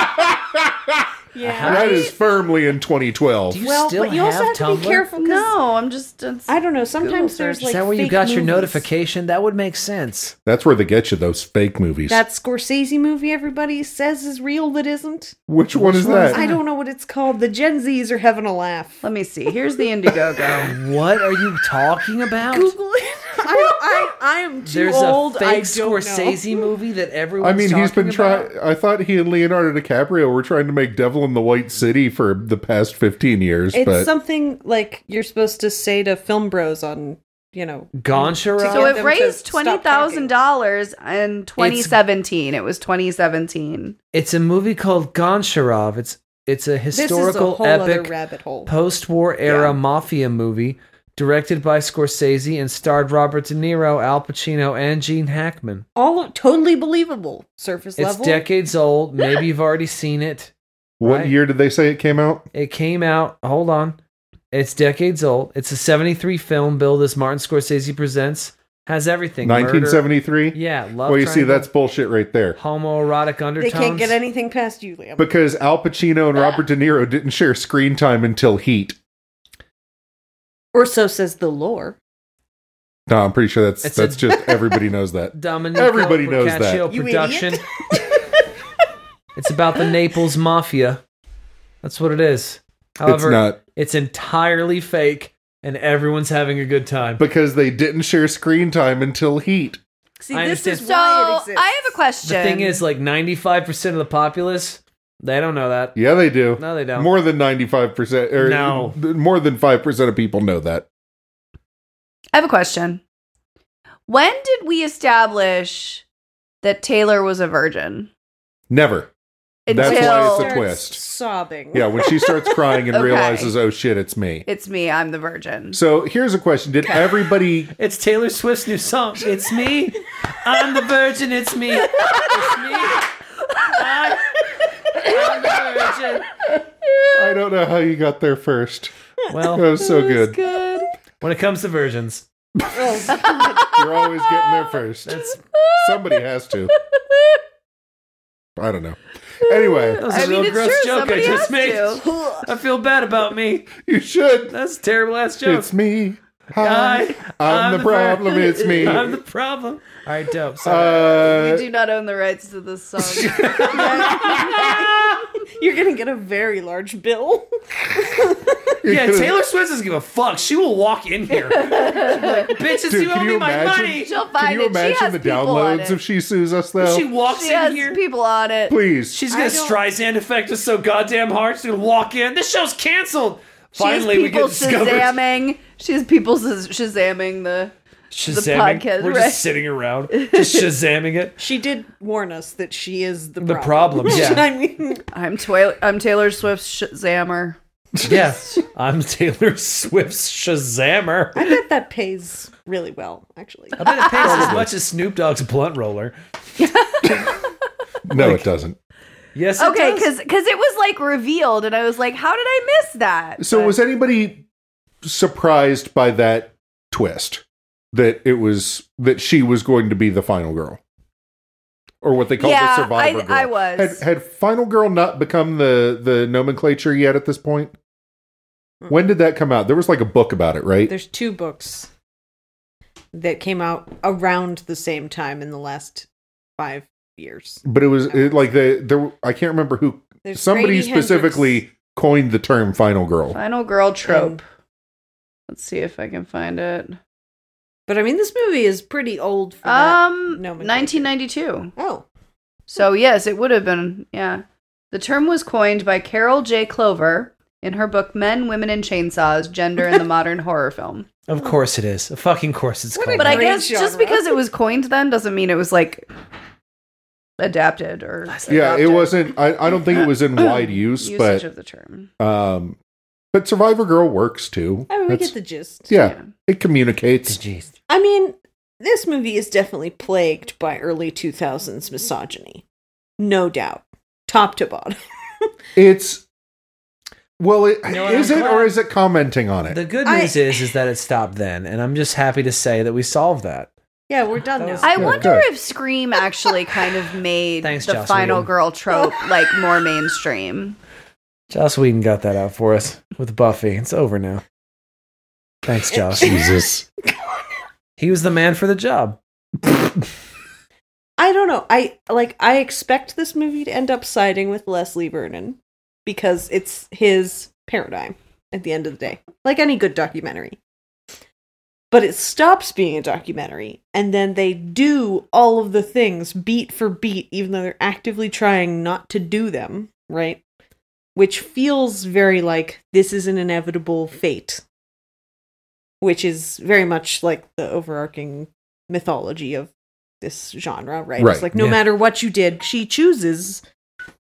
Speaker 1: that
Speaker 5: Yeah.
Speaker 1: is firmly in 2012.
Speaker 3: Do you
Speaker 5: well,
Speaker 3: still
Speaker 5: but you also
Speaker 3: have
Speaker 5: have, to
Speaker 3: Tumblr?
Speaker 5: be careful. 'cause
Speaker 4: No, I'm just. It's,
Speaker 5: I don't know. Sometimes
Speaker 4: Google
Speaker 5: there's
Speaker 4: search.
Speaker 5: like
Speaker 4: Is
Speaker 3: that where you
Speaker 5: fake
Speaker 3: got your
Speaker 5: movies.
Speaker 3: notification? That would make sense.
Speaker 1: That's where they get you those fake movies.
Speaker 5: That Scorsese movie everybody says is real that isn't.
Speaker 1: Which one is
Speaker 3: Which one is
Speaker 1: that?
Speaker 5: I don't know what it's called. The Gen Zs are having a laugh.
Speaker 4: Let me see. Here's the Indiegogo.
Speaker 3: What are you talking about?
Speaker 5: Google it. I, I, I am too
Speaker 3: There's a
Speaker 5: old. I
Speaker 3: fake
Speaker 5: don't
Speaker 3: Scorsese
Speaker 5: know.
Speaker 3: movie that everyone's.
Speaker 1: I mean, he's been
Speaker 3: trying.
Speaker 1: trying. I thought he and Leonardo DiCaprio were trying to make Devil in the White City for the past 15 years,
Speaker 5: It's
Speaker 1: but
Speaker 5: something like you're supposed to say to film bros on, you know.
Speaker 3: Gone Charade?
Speaker 4: so
Speaker 5: get
Speaker 4: it
Speaker 5: them to
Speaker 4: raised
Speaker 5: stop
Speaker 4: twenty thousand dollars in 2017. It was 2017.
Speaker 3: It's a movie called Goncharov. It's it's a
Speaker 5: this is a
Speaker 3: historical
Speaker 5: whole other
Speaker 3: epic
Speaker 5: rabbit hole.
Speaker 3: post-war era
Speaker 5: Yeah.
Speaker 3: mafia movie directed by Scorsese and starred Robert De Niro, Al Pacino, and Gene Hackman.
Speaker 5: All totally believable surface
Speaker 3: It's
Speaker 5: level.
Speaker 3: decades old. Maybe you've already seen it.
Speaker 1: what
Speaker 3: right.
Speaker 1: year did they say it came out?
Speaker 3: It came out. Hold on. It's decades old. It's a 73 film billed as Martin Scorsese Presents. Has everything. Murder-
Speaker 1: 1973?
Speaker 3: Yeah. Love
Speaker 1: Well, you see,
Speaker 3: triangle,
Speaker 1: that's bullshit right there.
Speaker 3: homoerotic
Speaker 5: they
Speaker 3: undertones.
Speaker 5: can't get anything past you, Liam.
Speaker 1: Because Al Pacino and Robert De Niro didn't share screen time until Heat.
Speaker 5: or so says the lore.
Speaker 1: No, I'm pretty sure that's
Speaker 3: It's
Speaker 1: that's
Speaker 3: a-
Speaker 1: just everybody knows that.
Speaker 3: Dominic
Speaker 1: Everybody knows that.
Speaker 5: You
Speaker 3: production.
Speaker 5: idiot.
Speaker 3: it's about the Naples mafia. That's what it is.
Speaker 1: It's
Speaker 3: However,
Speaker 1: not
Speaker 3: it's entirely fake, and everyone's having a good time.
Speaker 1: because they didn't share screen time until Heat.
Speaker 5: See,
Speaker 3: I
Speaker 5: this is
Speaker 4: So
Speaker 5: why it
Speaker 4: I
Speaker 5: exists.
Speaker 4: have a question.
Speaker 3: the thing is, like 95% of the populace, they don't know that.
Speaker 1: Yeah, they do.
Speaker 3: No, they don't.
Speaker 1: More than 95% or
Speaker 3: No.
Speaker 1: th- more than 5% of people know that.
Speaker 4: I have a question. When did we establish that Taylor was a virgin.
Speaker 1: Never. That's why
Speaker 4: Until-
Speaker 1: it's a
Speaker 5: Starts
Speaker 1: twist.
Speaker 5: Sobbing.
Speaker 1: Yeah, when she starts crying and
Speaker 4: Okay.
Speaker 1: realizes, oh shit, it's me.
Speaker 4: It's me. I'm the virgin.
Speaker 1: So here's a question: Did everybody?
Speaker 3: It's Taylor Swift's new song. It's me. I'm the virgin. It's me. It's me. I, am the virgin.
Speaker 1: I don't know how you got there first. That
Speaker 3: Well,
Speaker 1: was so good.
Speaker 3: when it comes to virgins,
Speaker 1: You're always getting there first.
Speaker 3: that's
Speaker 1: Somebody has to. I don't know. Anyway,
Speaker 3: that was a
Speaker 4: I
Speaker 3: real
Speaker 4: mean, it's
Speaker 3: gross
Speaker 4: true.
Speaker 3: joke I
Speaker 4: Somebody has
Speaker 3: just made.
Speaker 4: to.
Speaker 3: I feel bad about me.
Speaker 1: you should.
Speaker 3: That's a terrible ass joke.
Speaker 1: It's me. Hi.
Speaker 3: I,
Speaker 1: I'm, the, problem.
Speaker 3: vir-
Speaker 1: It's me.
Speaker 3: I'm the problem. All right, dope. Sorry.
Speaker 4: We
Speaker 1: uh,
Speaker 4: do not own the rights to this song.
Speaker 5: You're gonna get a very large bill.
Speaker 3: yeah, Taylor Swift doesn't give a fuck. She will walk in here. She'll be like, Bitches,
Speaker 1: Dude,
Speaker 3: you
Speaker 1: can
Speaker 3: owe
Speaker 1: you
Speaker 3: me my
Speaker 1: imagine?
Speaker 3: money.
Speaker 4: She'll
Speaker 1: can
Speaker 4: find
Speaker 1: you
Speaker 4: it. she
Speaker 1: imagine
Speaker 4: has
Speaker 1: the
Speaker 4: people on it.
Speaker 1: downloads if she sues us though?
Speaker 3: She walks
Speaker 4: She
Speaker 3: in
Speaker 4: has
Speaker 3: here.
Speaker 4: people on it.
Speaker 1: Please.
Speaker 3: She's gonna Streisand effect us so goddamn hard. She's gonna walk in. This show's canceled.
Speaker 4: She has
Speaker 3: Finally, we
Speaker 4: people
Speaker 3: get discovered.
Speaker 4: shazamming. She has people shaz- shazamming the.
Speaker 3: Shazamming.
Speaker 4: podcast,
Speaker 3: We're
Speaker 4: right?
Speaker 3: just sitting around, just shazamming it.
Speaker 5: she did warn us that she is the
Speaker 3: The
Speaker 5: problem.
Speaker 3: problem, yeah.
Speaker 5: I mean,
Speaker 4: I'm Taylor. I'm Taylor Swift's shazammer.
Speaker 3: Yeah, I'm Taylor Swift's Shazammer.
Speaker 5: I bet that pays really well, actually.
Speaker 3: I bet it pays as much as Snoop Dogg's blunt roller.
Speaker 1: no, it doesn't.
Speaker 3: Yes, it
Speaker 4: Okay,
Speaker 3: does.
Speaker 4: because because it was like revealed, and I was like, how did I miss that?
Speaker 1: So
Speaker 4: But-
Speaker 1: was anybody surprised by that twist that it was that she was going to be the final girl? Or what they call
Speaker 4: Yeah,
Speaker 1: the survivor
Speaker 4: I-
Speaker 1: girl.
Speaker 4: I was.
Speaker 1: Had, had final girl not become the the nomenclature yet at this point?
Speaker 4: Hmm.
Speaker 1: When did that come out? There was like a book about it, right?
Speaker 5: There's two books that came out around the same time in the last five years.
Speaker 1: but it was it, like the there. I can't remember who.
Speaker 5: There's
Speaker 1: somebody
Speaker 5: Grady Hendrix.
Speaker 1: specifically coined the term "final girl."
Speaker 4: final girl trope. Let's see if I can find it.
Speaker 5: But I mean, this movie is pretty old. For that.
Speaker 4: Um,
Speaker 5: nomenclature.
Speaker 4: 1992.
Speaker 5: Oh,
Speaker 4: So yes, it would have been. Yeah, the term was coined by Carol J. Clover in her book "Men, Women, and Chainsaws: Gender in the Modern Horror Film."
Speaker 3: of course it is. Of fucking course it's
Speaker 5: What
Speaker 3: called.
Speaker 5: a
Speaker 4: But I
Speaker 5: Great
Speaker 4: guess just
Speaker 5: genre.
Speaker 4: because it was coined then doesn't mean it was like adapted or
Speaker 1: Yeah, it
Speaker 4: adopted
Speaker 1: wasn't. I, I don't think it was in wide use,
Speaker 4: usage
Speaker 1: but
Speaker 4: of the term.
Speaker 1: um, but Survivor Girl works too.
Speaker 5: I mean, we
Speaker 1: That's-
Speaker 5: get the gist.
Speaker 1: yeah,
Speaker 4: Yeah.
Speaker 1: it communicates.
Speaker 3: Jeez.
Speaker 5: I mean, this movie is definitely plagued by early 2000s misogyny, no doubt, top to bottom.
Speaker 1: It's well, it is
Speaker 3: You know what,
Speaker 1: it
Speaker 3: I'm glad-
Speaker 1: or is it commenting on it?
Speaker 3: The good
Speaker 5: I-
Speaker 3: news is, is that it stopped then, and I'm just happy to say that we solved that.
Speaker 5: Yeah, we're done
Speaker 3: That
Speaker 5: now.
Speaker 3: was-
Speaker 4: I
Speaker 1: Good,
Speaker 4: wonder
Speaker 1: good.
Speaker 4: if Scream actually kind of made
Speaker 3: Thanks,
Speaker 4: the
Speaker 3: Joss
Speaker 4: final
Speaker 3: Whedon.
Speaker 4: girl trope like more mainstream.
Speaker 3: Joss Whedon got that out for us with Buffy. It's over now. Thanks, Joss.
Speaker 1: Jesus,
Speaker 3: he was the man for the job.
Speaker 5: I don't know. I like I expect this movie to end up siding with Leslie Vernon because it's his paradigm at the end of the day. Like any good documentary. But it stops being a documentary and then they do all of the things beat for beat even though they're actively trying not to do them, right? Which feels very like this is an inevitable fate. Which is very much like the overarching mythology of this genre, right?
Speaker 1: Right,
Speaker 5: It's like no
Speaker 3: yeah.
Speaker 5: matter what you did, she chooses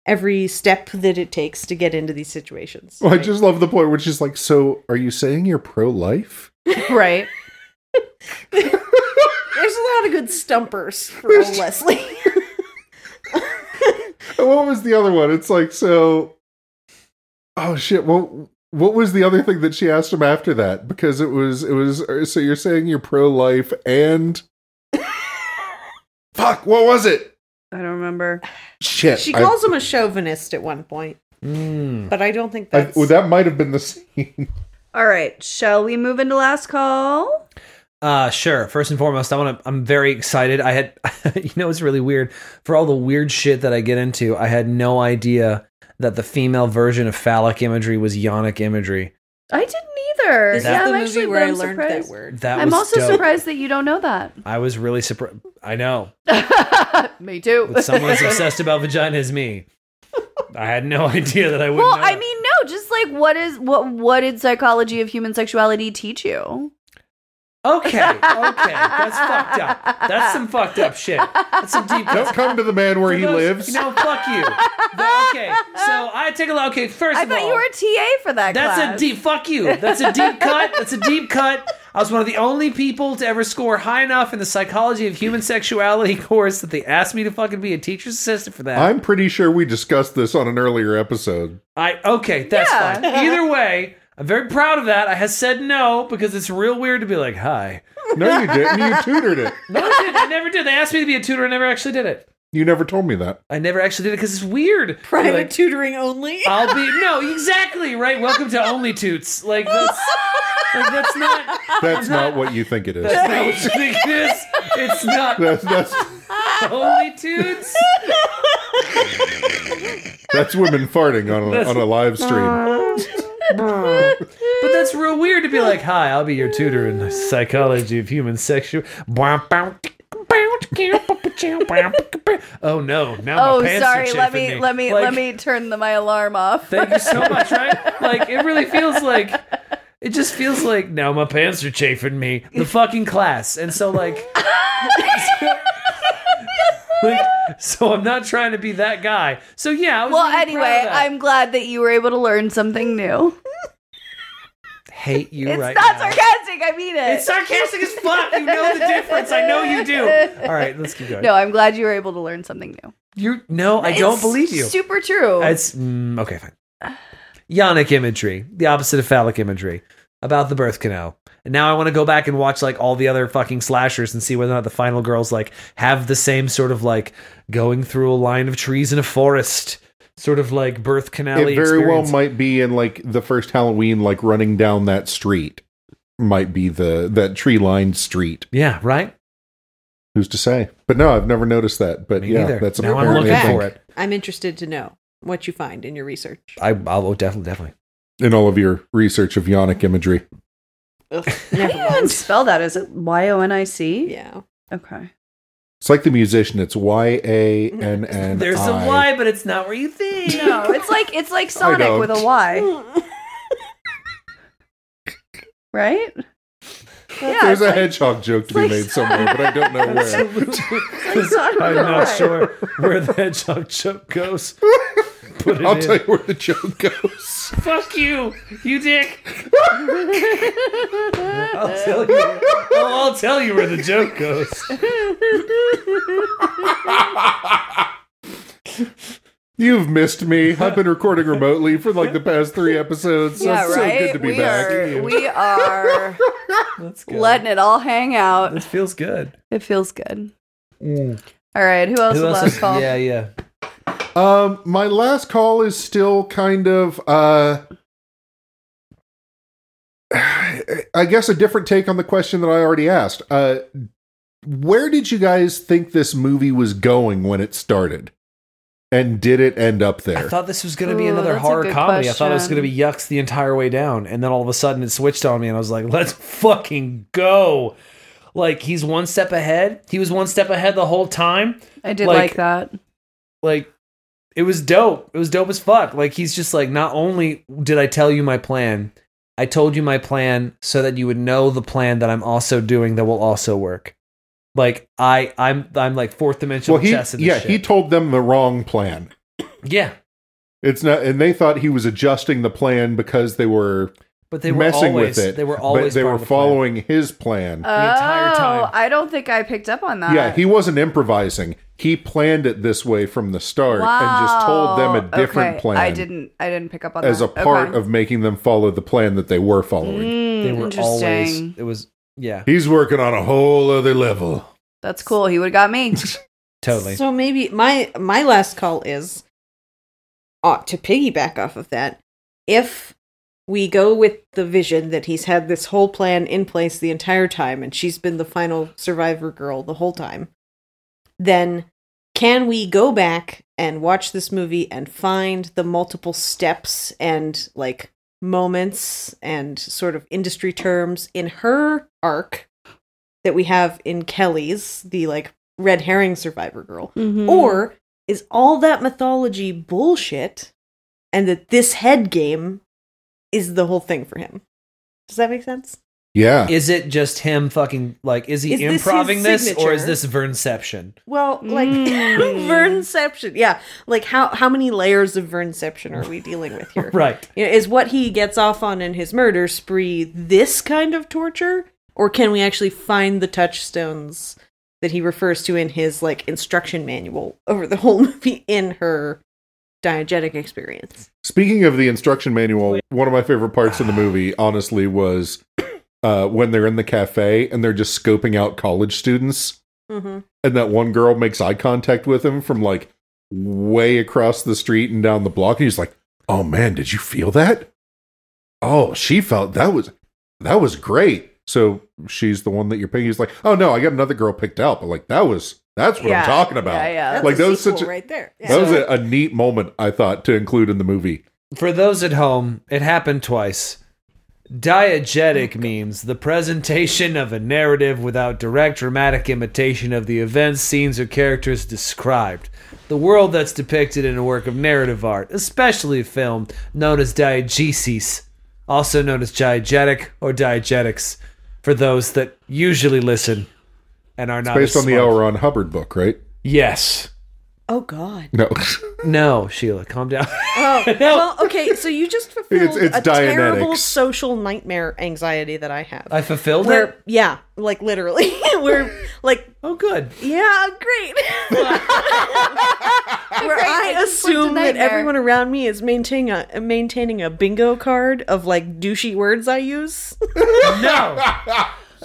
Speaker 5: every step that it takes to get into these situations.
Speaker 1: well, I
Speaker 5: right?
Speaker 1: just love the point where she's like, "So, are you saying you're pro-life?"
Speaker 4: Right.
Speaker 5: There's a lot of good stumpers for old Leslie.
Speaker 1: And what was the other one? It's like so. Oh shit! What what was the other thing that she asked him after that? Because it was it was. uh, So you're saying you're pro life and fuck. What was it?
Speaker 4: I don't remember.
Speaker 1: Shit.
Speaker 5: she
Speaker 1: I-
Speaker 5: calls him a chauvinist at one point,
Speaker 3: Mm.
Speaker 5: but I don't think
Speaker 1: I-
Speaker 5: that's
Speaker 1: well, that might have been the scene.
Speaker 4: All right, shall we move into last call?
Speaker 3: Uh, sure. First and foremost, I want to. I'm very excited. I had, you know, it's really weird for all the weird shit that I get into. I had no idea that the female version of phallic imagery was yonic imagery.
Speaker 4: I didn't either.
Speaker 5: This
Speaker 3: Yeah,
Speaker 5: is
Speaker 4: I'm
Speaker 5: the movie
Speaker 4: actually- but
Speaker 5: where I
Speaker 4: I'm
Speaker 5: learned
Speaker 4: surprised.
Speaker 5: that word.
Speaker 3: That
Speaker 4: I'm
Speaker 3: was
Speaker 4: also
Speaker 3: dope.
Speaker 4: surprised that you don't know
Speaker 3: I was really surprised. I know
Speaker 4: that. Me too.
Speaker 3: that someone's obsessed about vagina is me. I had no idea that I would.
Speaker 4: Well,
Speaker 3: know
Speaker 4: I
Speaker 3: that.
Speaker 4: mean, no, just like what is what what did psychology of human sexuality teach you?
Speaker 3: Okay, okay, that's fucked up. That's some fucked up shit. That's some deep.
Speaker 1: Don't come to the man where he
Speaker 3: Those-
Speaker 1: lives.
Speaker 3: No, fuck you. The- okay, so I take a look. Okay, first
Speaker 4: I
Speaker 3: of all,
Speaker 4: thought you were a TA for that
Speaker 3: that's
Speaker 4: class.
Speaker 3: a deep. Fuck you. That's a deep cut. That's a deep cut. I was one of the only people to ever score high enough in the psychology of human sexuality course that they asked me to fucking be a teacher's assistant for that.
Speaker 1: I'm pretty sure we discussed this on an earlier episode.
Speaker 3: I okay, that's
Speaker 4: Yeah.
Speaker 3: fine. Either way, I'm very proud of that. I have said no because it's real weird to be like, hi.
Speaker 1: No, you didn't. You tutored it.
Speaker 3: No, I, didn't. I never did. They asked me to be a tutor. I never actually did it.
Speaker 1: You never told me that.
Speaker 3: I never actually did it because it's weird.
Speaker 5: Private
Speaker 3: Like,
Speaker 5: tutoring only.
Speaker 3: I'll be no, exactly right. Welcome to Only Toots. Like that's like that's not
Speaker 1: That's not what you think it is.
Speaker 3: that's not what you think it is. It's not
Speaker 1: That's that's
Speaker 3: Only Toots.
Speaker 1: that's women farting on a, on a live stream.
Speaker 3: But that's real weird to be like, hi, I'll be your tutor in the psychology of human sexual. Oh no! Now
Speaker 4: Oh,
Speaker 3: my pants
Speaker 4: sorry.
Speaker 3: Are
Speaker 4: Let
Speaker 3: chafing
Speaker 4: me, let me
Speaker 3: Like,
Speaker 4: let me turn the, my alarm off.
Speaker 3: Thank you so much. Right? Like it really feels like it just feels like now my pants are chafing me. The fucking class, and so like. like, so I'm not trying to be that guy. So yeah. I was
Speaker 4: well,
Speaker 3: really proud of
Speaker 4: anyway,
Speaker 3: that.
Speaker 4: I'm glad that you were able to learn something new.
Speaker 3: hate you
Speaker 4: It's
Speaker 3: right
Speaker 4: not
Speaker 3: now.
Speaker 4: sarcastic. I mean it.
Speaker 3: It's sarcastic as fuck. You know the difference. I know you do. All right, let's keep going.
Speaker 4: no, I'm glad you were able to learn something new.
Speaker 3: you no, I don't
Speaker 4: It's
Speaker 3: believe you.
Speaker 4: Super true.
Speaker 3: It's mm, okay, fine. Yonic imagery, the opposite of phallic imagery, about the birth canal. And now I want to go back and watch like all the other fucking slashers and see whether or not the final girls like have the same sort of like going through a line of trees in a forest, sort of like birth canal.
Speaker 1: It very well might be in like the first Halloween, like running down that street might be the that tree lined street.
Speaker 3: yeah, right.
Speaker 1: Who's to say? But no, I've never noticed that. But
Speaker 3: Me
Speaker 1: yeah,
Speaker 3: neither.
Speaker 1: that's
Speaker 3: now I'm
Speaker 1: apparently
Speaker 3: looking
Speaker 1: a thing
Speaker 3: for it.
Speaker 5: I'm interested to know what you find in your research.
Speaker 3: I, I'll oh, definitely, definitely.
Speaker 1: in all of your research of yonic imagery.
Speaker 4: How do you even spell that? Is it Y O N I C?
Speaker 5: yeah.
Speaker 4: Okay.
Speaker 1: It's like the musician. It's Y A N N.
Speaker 3: There's a
Speaker 1: I.
Speaker 3: why, but it's not where you think.
Speaker 4: No, it's like it's like Sonic
Speaker 1: don't.
Speaker 4: with a Y,
Speaker 5: Hmm.
Speaker 4: right? yeah,
Speaker 1: There's
Speaker 4: it's
Speaker 1: a
Speaker 4: like-
Speaker 1: hedgehog joke to be
Speaker 4: like-
Speaker 1: made somewhere, but I don't know where.
Speaker 3: I'm not sure where the hedgehog joke goes. Put it
Speaker 1: I'll
Speaker 3: in.
Speaker 1: tell you where the joke goes.
Speaker 3: Fuck you, you dick. I'll tell you. Oh, I'll tell you where the joke goes.
Speaker 1: You've missed me. I've been recording remotely for like the past three episodes. so
Speaker 4: Yeah,
Speaker 1: it's
Speaker 4: right.
Speaker 1: so good to be
Speaker 4: we
Speaker 1: back.
Speaker 4: are we are
Speaker 3: That's good.
Speaker 4: letting it all hang out.
Speaker 3: This feels good.
Speaker 4: It feels good.
Speaker 1: Mm.
Speaker 4: All right, who else
Speaker 3: Who
Speaker 4: is
Speaker 3: else
Speaker 4: last
Speaker 3: is-
Speaker 4: call?
Speaker 3: Yeah, yeah.
Speaker 1: Um, my last call is still kind of uh I guess a different take on the question that I already asked. Uh where did you guys think this movie was going when it started? And did it end up
Speaker 3: I
Speaker 1: there?
Speaker 3: thought this was going to be
Speaker 4: Ooh,
Speaker 3: another
Speaker 4: that's a
Speaker 3: horror
Speaker 4: good
Speaker 3: comedy. I thought it was
Speaker 4: question.
Speaker 3: going to be yucks the entire way down, and then all of a sudden it switched on me, and I was like, "Let's fucking go!" Like he's one step ahead. He was one step ahead the whole time.
Speaker 4: I did
Speaker 3: Like-
Speaker 4: like, that.
Speaker 3: like it was dope. It was dope as fuck. Like he's just like, not only did I tell you my plan, I told you my plan so that you would know the plan that I'm also doing that will also work. Like I, I'm, I'm like fourth dimensional
Speaker 1: well, he
Speaker 3: chess in this
Speaker 1: yeah,
Speaker 3: shit.
Speaker 1: he told them the wrong plan.
Speaker 3: yeah,
Speaker 1: It's not and they thought he was adjusting the plan because they were
Speaker 3: but they were
Speaker 1: messing
Speaker 3: always,
Speaker 1: with it.
Speaker 3: They were always
Speaker 1: but they
Speaker 3: part
Speaker 1: were
Speaker 3: of the plan.
Speaker 1: following his plan.
Speaker 3: entire time.
Speaker 4: Oh, I don't think I picked up on that.
Speaker 1: Yeah, he wasn't improvising. He planned it this way from the start and just told them
Speaker 4: Wow.
Speaker 1: a different
Speaker 4: Okay,
Speaker 1: plan
Speaker 4: I didn't. I didn't pick up on
Speaker 1: as a
Speaker 4: that.
Speaker 1: part
Speaker 4: Okay.
Speaker 1: of making them follow the plan that they were following.
Speaker 4: Mm,
Speaker 5: Hmm,
Speaker 3: They were always.
Speaker 4: interesting.
Speaker 3: It was yeah,
Speaker 1: He's working on a whole other level.
Speaker 4: That's cool. He would have got me.
Speaker 3: totally.
Speaker 5: So maybe my my last call is uh, to piggyback off of that. If we go with the vision that he's had this whole plan in place the entire time and she's been the final survivor girl the whole time, then can we go back and watch this movie and find the multiple steps and like moments and sort of industry terms in her arc that we have in Kelly's, the like red herring survivor girl? Or is all that mythology bullshit and that this head game is the whole thing for him? Does that make sense?
Speaker 1: Yeah.
Speaker 3: Is it just him fucking like? Is he
Speaker 5: Is this his
Speaker 3: improving this, or is
Speaker 5: signature?
Speaker 3: this Vernception?
Speaker 5: Well, like Hmm.
Speaker 4: Mm.
Speaker 5: Vernception. Yeah. Like how how many layers of Vernception are we dealing with here?
Speaker 3: Right.
Speaker 5: You know, is what he gets off on in his murder spree this kind of torture? Or can we actually find the touchstones that he refers to in his like instruction manual over the whole movie in her diegetic experience?
Speaker 1: Speaking of the instruction manual, one of my favorite parts in the movie, honestly, was uh, when they're in the cafe and they're just scoping out college students,
Speaker 5: Mm-hmm.
Speaker 1: and that one girl makes eye contact with him from like way across the street and down the block, and he's like, "Oh man, did you feel that? Oh, she felt that was that was great." So she's the one that you're picking. He's like, "Oh no, I got another girl picked out," but like that was that's what I'm talking about.
Speaker 4: Yeah, yeah.
Speaker 1: Like, those such a-
Speaker 5: right there.
Speaker 1: That was a, a neat moment I thought to include in the movie.
Speaker 3: For those at home, it happened twice.
Speaker 1: Oh,
Speaker 3: Diegetic means the presentation of a narrative without direct dramatic imitation of the events, scenes, or characters described. The world that's depicted in a work of narrative art, especially film, known as diegesis, also known as diegetic or diegetics, for those that usually listen and are not
Speaker 1: Based
Speaker 3: as
Speaker 1: on the
Speaker 3: smart.
Speaker 1: L. Ron Hubbard book, right?
Speaker 3: Yes.
Speaker 5: oh god.
Speaker 1: No,
Speaker 3: No, Sheila, calm down.
Speaker 5: Oh well, okay. So you just fulfilled
Speaker 1: It's- it's
Speaker 5: a terrible
Speaker 1: Dianetics.
Speaker 5: social nightmare anxiety that I have.
Speaker 3: I fulfilled it.
Speaker 5: where yeah, like literally, where like
Speaker 3: Oh, good.
Speaker 5: yeah, great. where I assume that
Speaker 4: nightmare.
Speaker 5: everyone around me is maintaining a maintaining a bingo card of like douchey words I use.
Speaker 3: No.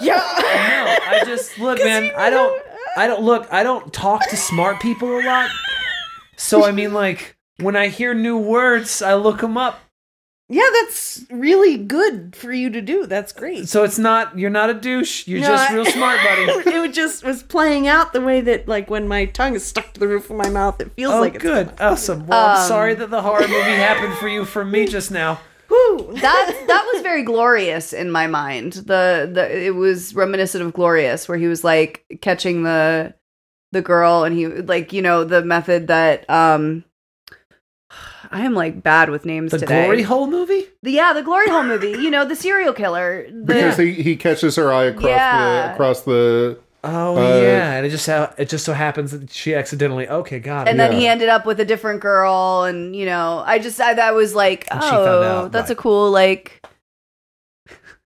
Speaker 3: yeah. No, I just look, man. I don't. I don't look. I don't talk to smart people a lot. So I mean, like when I hear new words, I look them up.
Speaker 5: yeah, that's really good for you to do. That's great.
Speaker 3: So it's not you're not a douche. You're
Speaker 5: No,
Speaker 3: just
Speaker 5: I-
Speaker 3: real smart, buddy.
Speaker 5: it would just was playing out the way that like when my tongue is stuck to the roof of my mouth, it feels
Speaker 3: Oh,
Speaker 5: like it's
Speaker 3: good,
Speaker 5: coming.
Speaker 3: awesome. Well, I'm
Speaker 4: Um,
Speaker 3: sorry that the horror movie happened for you from me just now.
Speaker 5: Whew.
Speaker 4: that that was very glorious in my mind. The the it was reminiscent of glorious where he was like catching the the girl and he like you know the method that um I am like bad with names
Speaker 3: The
Speaker 4: today.
Speaker 3: glory hole movie.
Speaker 4: The- yeah, the glory hole movie. You know the serial killer. The-
Speaker 1: because he, he catches her eye across
Speaker 4: Yeah.
Speaker 1: the across the
Speaker 3: Oh
Speaker 1: Uh,
Speaker 3: yeah, and it just ha- it just so happens that she accidentally. Okay, got it.
Speaker 4: and then
Speaker 1: Yeah.
Speaker 4: he ended up with a different girl and you know i just I, that was like
Speaker 3: And she found
Speaker 4: oh
Speaker 3: out,
Speaker 4: that's
Speaker 3: right.
Speaker 4: a cool like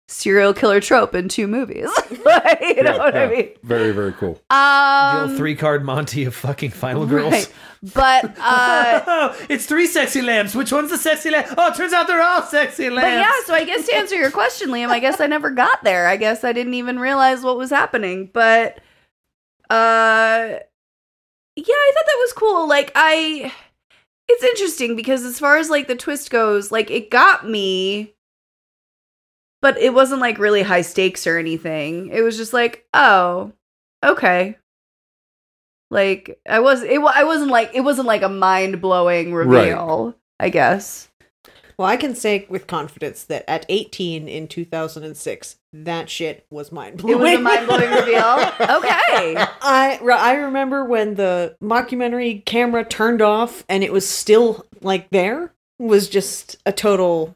Speaker 4: serial killer trope in two movies Like, you know
Speaker 1: Yeah,
Speaker 4: what i
Speaker 1: yeah.
Speaker 4: mean
Speaker 1: very very cool.
Speaker 4: um
Speaker 3: the old three card Monty of fucking Final Girls.
Speaker 4: right. but uh
Speaker 3: it's three sexy lamps. Which one's the sexy lamp? Oh, it turns out they're all sexy
Speaker 4: but yeah
Speaker 3: lamps.
Speaker 4: so i guess to answer your question liam i guess i never got there i guess i didn't even realize what was happening but uh yeah i thought that was cool like i it's interesting because as far as like the twist goes like it got me but it wasn't like really high stakes or anything it was just like oh okay like i was it, wa- i wasn't like it wasn't like a mind-blowing reveal i guess
Speaker 5: Well, I can say with confidence that at 18 in 2006, that shit was mind blowing.
Speaker 4: It was a mind blowing reveal. Okay.
Speaker 5: I re- I remember when the mockumentary camera turned off and it was still like there was just a total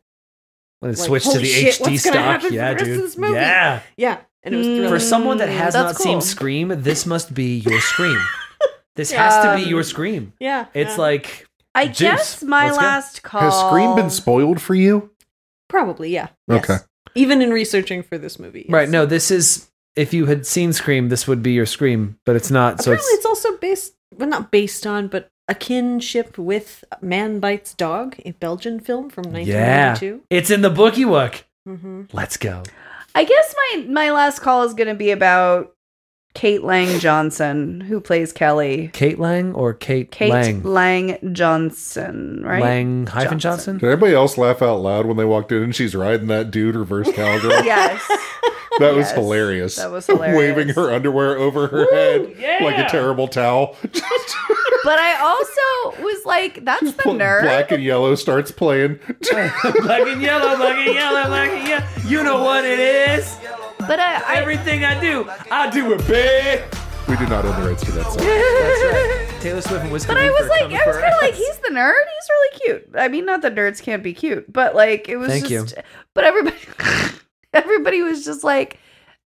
Speaker 3: When it
Speaker 5: Like,
Speaker 3: switched to
Speaker 5: holy
Speaker 3: the
Speaker 5: shit,
Speaker 3: HD
Speaker 5: what's
Speaker 3: stock,
Speaker 5: gonna happen for
Speaker 3: yeah,
Speaker 5: the rest of
Speaker 3: dude.
Speaker 5: this movie?
Speaker 3: Yeah.
Speaker 5: yeah, and it was
Speaker 4: Mm.
Speaker 5: thrilling.
Speaker 3: Hmm. For someone that has
Speaker 4: That's
Speaker 3: not seen
Speaker 4: cool.
Speaker 3: Scream, this must be your Scream. this has to be
Speaker 4: Um,
Speaker 3: your Scream.
Speaker 5: yeah,
Speaker 3: It's
Speaker 5: yeah.
Speaker 3: like
Speaker 4: I
Speaker 3: Juice.
Speaker 4: guess my
Speaker 3: Let's go.
Speaker 4: last call.
Speaker 1: Has Scream
Speaker 4: Oh.
Speaker 1: been spoiled for you?
Speaker 5: probably yeah.
Speaker 1: Okay.
Speaker 5: Yes. Even in researching for this movie, yes.
Speaker 3: right. No, this is if you had seen Scream, this would be your Scream, but it's not. So
Speaker 5: Apparently,
Speaker 3: it's
Speaker 5: it's also based, well, not based on, but a kinship with Man Bites Dog, a Belgian film from
Speaker 3: yeah,
Speaker 5: 1992.
Speaker 3: it's in the bookie work.
Speaker 5: Mm-hmm.
Speaker 3: Let's go.
Speaker 4: I guess my my last call is going to be about Kate Lang Johnson, who plays Kelly.
Speaker 3: Kate Lang or Kate,
Speaker 4: Kate Lang,
Speaker 3: Lang?
Speaker 4: Johnson, right?
Speaker 3: Lang hyphen
Speaker 4: Johnson.
Speaker 3: Johnson.
Speaker 1: Did anybody else laugh out loud when they walked in and she's riding that dude reverse cowgirl?
Speaker 4: Yes.
Speaker 1: that was
Speaker 4: Yes.
Speaker 1: hilarious.
Speaker 4: That was hilarious.
Speaker 1: Waving her underwear over her head like a terrible towel. Just
Speaker 4: But I also was like, that's the
Speaker 1: pl-
Speaker 4: nerd.
Speaker 1: Black and yellow starts playing.
Speaker 3: black and yellow, black and yellow, black and yellow. You know what it is.
Speaker 4: But I. I
Speaker 3: Everything I do, I do it big.
Speaker 1: we do not own the rights to that song.
Speaker 3: Taylor Swift and Whiskey.
Speaker 4: But I was like, I was kind of like, he's the nerd. He's really cute. I mean, not that nerds can't be cute, but like, it was
Speaker 3: Thank
Speaker 4: just. But everybody, everybody was just like,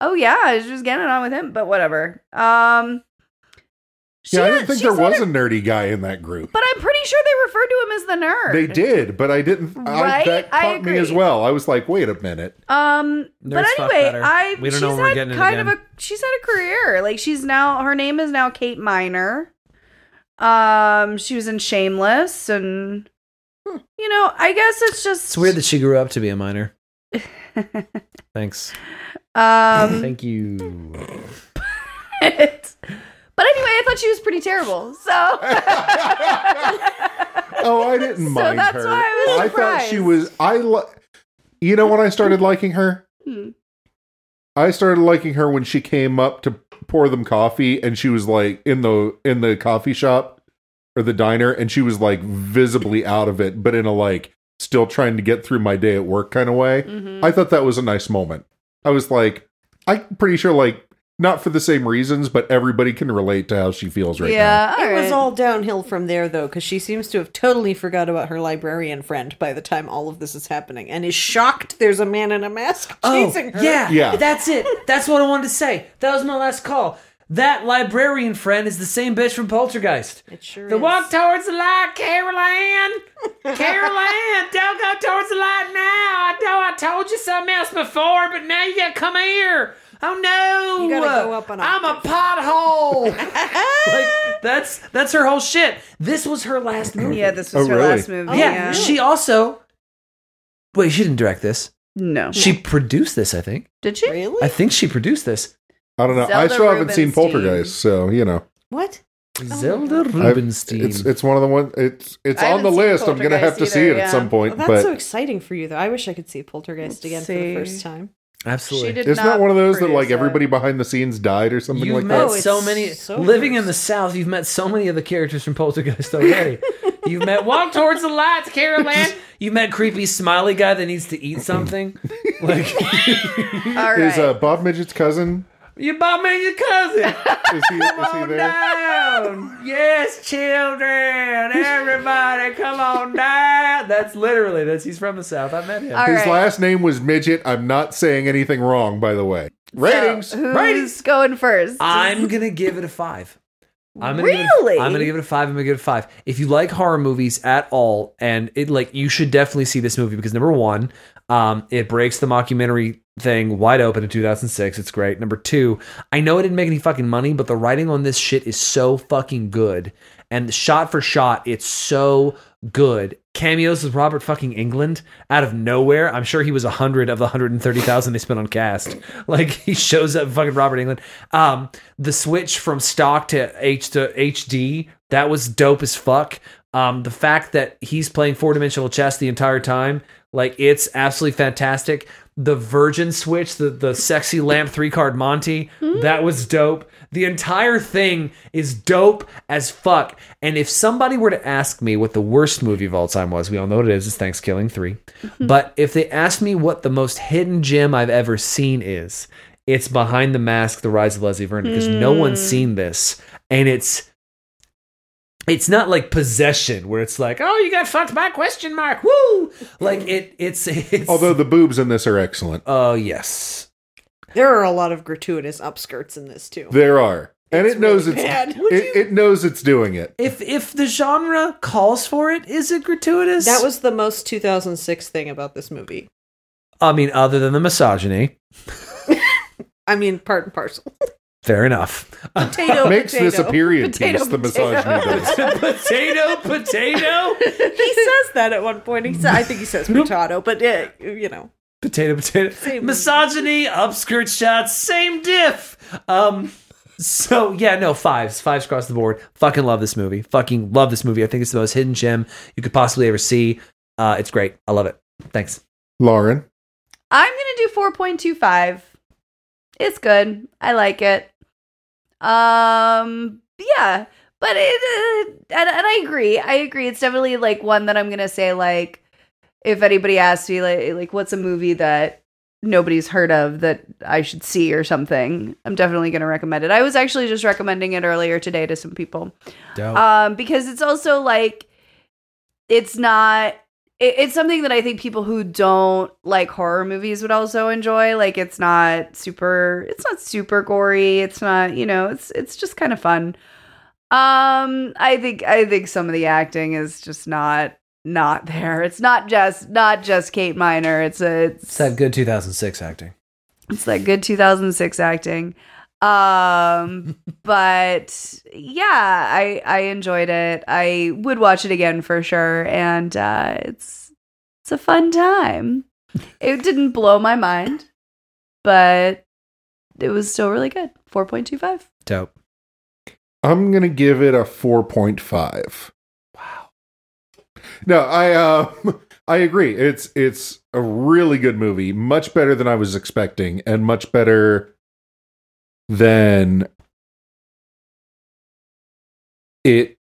Speaker 4: "Oh yeah, I was just getting on with him," but whatever. Um, she
Speaker 1: yeah, I
Speaker 4: had-
Speaker 1: didn't think
Speaker 4: she
Speaker 1: there
Speaker 4: said
Speaker 1: was
Speaker 4: it-
Speaker 1: a nerdy guy in that group.
Speaker 4: but I'm pretty sure they referred to him as the nerd.
Speaker 1: They did, but I didn't. I,
Speaker 4: Right?
Speaker 1: that
Speaker 4: I
Speaker 1: caught me as
Speaker 4: agree.
Speaker 1: well. I was like, wait a minute.
Speaker 4: Um, but
Speaker 7: Nerds fuck
Speaker 4: anyway,
Speaker 7: better.
Speaker 4: I
Speaker 7: We don't
Speaker 4: she's
Speaker 7: know when we're
Speaker 4: had
Speaker 7: getting it
Speaker 4: kind of a
Speaker 7: again.
Speaker 4: she's had a career. Like she's now her name is now Kate Miner. Um, she was in Shameless, and you know, I guess it's just
Speaker 7: It's weird that she grew up to be a minor. Thanks.
Speaker 4: um,
Speaker 7: Thank you.
Speaker 4: it's- but anyway, I thought she was pretty terrible. So
Speaker 1: Oh, I didn't
Speaker 4: So
Speaker 1: mind
Speaker 4: that's
Speaker 1: her.
Speaker 4: why I was
Speaker 1: thought she
Speaker 4: surprised.
Speaker 1: was. I. Li- you know when I started liking her?
Speaker 4: Hmm.
Speaker 1: I started liking her when she came up to pour them coffee and she was like in the in the coffee shop or the diner and she was like visibly out of it but in a like still trying to get through my day at work kind of way.
Speaker 4: Mhm.
Speaker 1: I thought that was a nice moment. I was like I'm pretty sure like not for the same reasons but everybody can relate to how she feels right
Speaker 4: yeah,
Speaker 5: it was
Speaker 4: alright.
Speaker 5: all downhill from there, though, because she seems to have totally forgot about her librarian friend by the time all of this is happening, and is shocked there's a man in a mask
Speaker 7: Oh,
Speaker 5: chasing her.
Speaker 7: yeah,
Speaker 1: Yeah.
Speaker 7: That's it. That's what I wanted to say. That was my last call. That librarian friend is the same bitch from Poltergeist.
Speaker 5: it sure
Speaker 7: The
Speaker 5: is.
Speaker 7: walk towards the light, Caroline. Caroline, don't go towards the light now. I know I told you something else before, but now you gotta come here. Oh no!
Speaker 5: You gotta go up and
Speaker 7: I'm a pothole. like that's that's her whole shit. This was her last movie.
Speaker 4: yeah, this was
Speaker 1: Oh,
Speaker 4: her
Speaker 1: really?
Speaker 4: last movie.
Speaker 5: Oh,
Speaker 7: yeah,
Speaker 4: yeah,
Speaker 7: she also. Wait, she didn't direct this.
Speaker 4: no,
Speaker 7: She produced this, I think.
Speaker 4: did she?
Speaker 5: really?
Speaker 7: I think she produced this.
Speaker 1: now. I don't know. I
Speaker 4: Zelda
Speaker 1: still haven't seen
Speaker 4: Rubinstein.
Speaker 1: Poltergeist, so you know.
Speaker 5: what?
Speaker 7: Oh Zelda
Speaker 1: I've-
Speaker 7: Rubinstein.
Speaker 1: It's it's one of the one it's it's
Speaker 4: I
Speaker 1: on the
Speaker 4: haven't seen
Speaker 1: list. I'm going to have to
Speaker 4: Poltergeist
Speaker 1: see it
Speaker 4: either,
Speaker 1: at
Speaker 4: yeah.
Speaker 1: some
Speaker 5: Well,
Speaker 1: point,
Speaker 5: that's
Speaker 1: but
Speaker 5: so exciting for you, though. I wish I could see Poltergeist
Speaker 4: Let's
Speaker 5: again
Speaker 4: see.
Speaker 5: for the first time.
Speaker 7: Absolutely.
Speaker 4: She did
Speaker 1: Isn't that one of those that
Speaker 4: produce
Speaker 1: like
Speaker 4: it.
Speaker 1: everybody behind the scenes died or something
Speaker 7: You've
Speaker 1: like
Speaker 7: met
Speaker 5: Oh,
Speaker 1: that?
Speaker 5: it's
Speaker 7: so many.
Speaker 5: so
Speaker 7: living in the
Speaker 5: gross.
Speaker 7: South, you've met so many of the characters from Poltergeist already. you've met Walk Towards the Lights, Caroline. You've met creepy smiley guy that needs to eat something. Like
Speaker 4: All right.
Speaker 1: Is uh, Bob Midget's cousin?
Speaker 7: you bought me your cousin.
Speaker 1: Is he,
Speaker 4: Oh,
Speaker 1: is he
Speaker 7: Come
Speaker 1: there?
Speaker 7: down. Yes, children. Everybody, come on down. That's literally this. He's from the South. I met him.
Speaker 4: All
Speaker 1: His
Speaker 4: right.
Speaker 1: last name was Midget. I'm not saying anything wrong, by the way. Ratings.
Speaker 4: So, who's
Speaker 7: Ratings.
Speaker 4: going first?
Speaker 7: I'm gonna give it a five. I'm gonna Give it
Speaker 4: Really?
Speaker 7: a, I'm gonna give it a five. I'm gonna give it a five. If you like horror movies at all, and it like you should definitely see this movie because number one, um, it breaks the mockumentary thing wide open in 2006. It's great. Number two, I know it didn't make any fucking money, but the writing on this shit is so fucking good, and shot for shot, it's so good. Cameos with Robert fucking England out of nowhere. I'm sure he was a hundred of the hundred and thirty thousand they spent on cast. Like he shows up, fucking Robert England. Um, the switch from stock to H to HD that was dope as fuck. Um, the fact that he's playing four dimensional chess the entire time, like it's absolutely fantastic. The Virgin Switch, the the sexy lamp three card Monty, that was dope. The entire thing is dope as fuck. And if somebody were to ask me what the worst movie of all time was, we all know what it is. It's Thanksgiving three. But if they asked me what the most hidden gem I've ever seen is, it's behind the mask: The Rise of Leslie Vernon, because no
Speaker 5: Hmm.
Speaker 7: one's seen this, and it's it's not like possession where it's like, oh, you got fucked by question mark. Woo! Like it, it's, it's
Speaker 1: Although the boobs in this are excellent.
Speaker 7: oh yes,
Speaker 5: There are a lot of gratuitous upskirts in this too.
Speaker 1: There are. And
Speaker 5: It's
Speaker 1: it knows
Speaker 5: really
Speaker 1: it's
Speaker 5: bad. Would
Speaker 1: it, it knows it's doing it.
Speaker 7: if if the genre calls for it, is it gratuitous?
Speaker 5: That was the most 2006 thing about this movie.
Speaker 7: I mean, other than the misogyny,
Speaker 5: I mean, part and parcel.
Speaker 7: fair enough.
Speaker 5: Potato,
Speaker 1: Makes
Speaker 5: potato.
Speaker 1: this a period
Speaker 4: Potato,
Speaker 1: piece, the
Speaker 4: potato.
Speaker 1: misogyny does.
Speaker 7: potato, potato,
Speaker 5: He says that at one point. He sa- I think he says potato, but uh, you know,
Speaker 7: potato, potato.
Speaker 5: Same.
Speaker 7: Misogyny, upskirt shots, same diff. Um. So yeah, no fives, fives across the board. Fucking love this movie. Fucking love this movie. I think it's the most hidden gem you could possibly ever see. Uh, it's great. I love it. Thanks.
Speaker 1: Lauren.
Speaker 4: I'm gonna do four point two five. It's good. I like it. Um, yeah, but it uh, and, and I agree. I agree. It's definitely like one that I'm gonna say like if anybody asks me like like what's a movie that nobody's heard of that I should see or something, I'm definitely gonna recommend it. I was actually just recommending it earlier today to
Speaker 3: Uh,
Speaker 4: some people
Speaker 7: Dope.
Speaker 4: um because it's also like it's not it, it's something that I think people who don't like horror movies would also enjoy. Like it's not super it's not super gory. It's not, you know, it's it's just kind of fun. Um I think I think some of the acting is just not not there. It's not just not just Kate Miner. It's a
Speaker 3: It's that good 2006 acting.
Speaker 4: it's that good 2006 acting. Um, but yeah, I I enjoyed it. I would watch it again for sure, and uh, it's it's a fun time. It didn't blow my mind, but it was still really good. Four point two five.
Speaker 3: Dope.
Speaker 1: I'm gonna give it a four point five. Wow. No, I um I agree. It's it's a really good movie, much better than I was expecting, and much better than it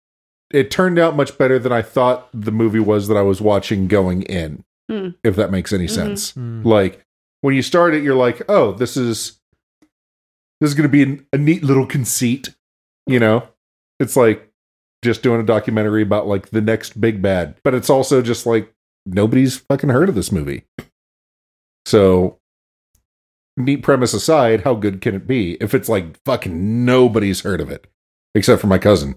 Speaker 1: it turned out much better than I thought the movie was that I was watching going in,
Speaker 4: Hmm.
Speaker 1: if that makes any
Speaker 4: Mhm.
Speaker 1: sense. Mm-hmm. Like when you start it, you're like, oh, this is this is going to be an- a neat little conceit. You know, it's like just doing a documentary about like the next big bad, but it's also just like nobody's fucking heard of this movie. So, neat premise aside, how good can it be if it's like fucking nobody's heard of it except for my cousin?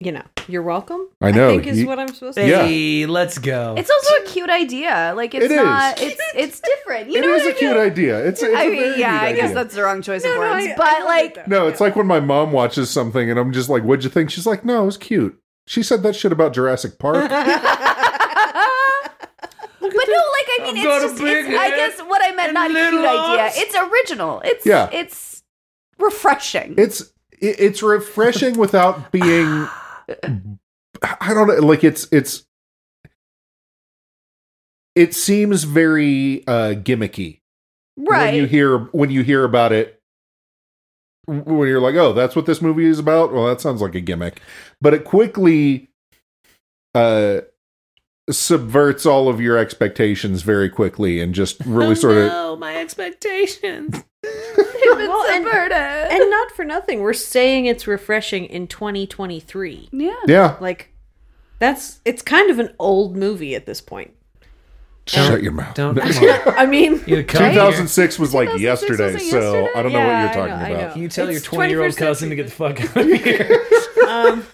Speaker 5: You know, you're welcome.
Speaker 1: I know,
Speaker 5: I think is
Speaker 1: you-
Speaker 5: what I'm supposed to.
Speaker 1: Yeah.
Speaker 3: Hey, let's go.
Speaker 4: It's also a cute idea. Like it's
Speaker 1: Oh. It is.
Speaker 4: not. It's it's different. You
Speaker 1: it
Speaker 4: know
Speaker 1: is
Speaker 4: what
Speaker 1: a cute idea. It's, it's
Speaker 4: I
Speaker 1: a
Speaker 4: mean,
Speaker 1: very
Speaker 4: yeah,
Speaker 1: neat
Speaker 4: I guess
Speaker 1: idea.
Speaker 4: that's the wrong choice of
Speaker 5: No, no,
Speaker 4: words,
Speaker 5: I- I
Speaker 4: but
Speaker 5: love
Speaker 4: like
Speaker 5: it, though.
Speaker 1: No, it's like when my mom watches something and I'm just like, what'd you think? She's like, no, it was cute. She said that shit about Jurassic Park.
Speaker 4: but no, like I mean,
Speaker 3: I've
Speaker 4: it's
Speaker 3: got a
Speaker 4: just.
Speaker 3: big
Speaker 4: It's, I
Speaker 3: head
Speaker 4: guess what I meant,
Speaker 3: and
Speaker 4: not a cute
Speaker 3: little
Speaker 4: idea.
Speaker 3: arms.
Speaker 4: It's original. It's
Speaker 1: Yeah.
Speaker 4: it's refreshing.
Speaker 1: it's it- it's refreshing without being I don't know, like it's it's it seems very uh gimmicky
Speaker 4: right.
Speaker 1: when you hear when you hear about it when you're like oh that's what this movie is about well that sounds like a gimmick but it quickly uh subverts all of your expectations very quickly and just
Speaker 5: Oh,
Speaker 1: really sort of
Speaker 3: my expectations.
Speaker 4: They've been
Speaker 5: Well, and-
Speaker 4: subverted.
Speaker 5: And not for nothing, we're saying it's refreshing in 2023.
Speaker 4: yeah.
Speaker 1: yeah
Speaker 5: Like, that's it's kind of an old movie at this point.
Speaker 1: shut your mouth
Speaker 3: Don't come on.
Speaker 5: I mean,
Speaker 3: You come here.
Speaker 1: 2006 was like
Speaker 4: 2006 wasn't
Speaker 1: yesterday, so
Speaker 4: yesterday?
Speaker 1: I don't know
Speaker 5: Yeah,
Speaker 1: what
Speaker 5: I
Speaker 1: you're
Speaker 5: know, I
Speaker 1: talking about.
Speaker 5: know.
Speaker 3: Can you tell your
Speaker 5: It's
Speaker 3: 20 year old
Speaker 5: 21st
Speaker 3: cousin to get the fuck out of here?
Speaker 5: um,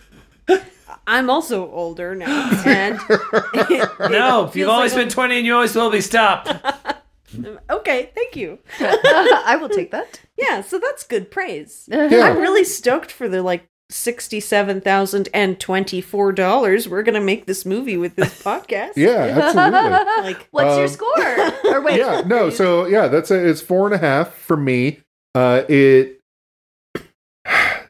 Speaker 5: I'm also older now, and it- it
Speaker 3: no, if
Speaker 5: feels
Speaker 3: you've always
Speaker 5: like
Speaker 3: been 20 and you always will be, stop.
Speaker 5: a- okay. Thank you.
Speaker 4: I will take that.
Speaker 5: Yeah, so that's good praise.
Speaker 1: Yeah.
Speaker 5: I'm really stoked for the like sixty-seven thousand and twenty-four dollars we're gonna make this movie with this podcast.
Speaker 1: Yeah, absolutely.
Speaker 5: Like,
Speaker 4: What's your
Speaker 1: Um,
Speaker 4: score? Or wait,
Speaker 1: yeah, no. So yeah, that's a, it's four and a half for me. Uh, it.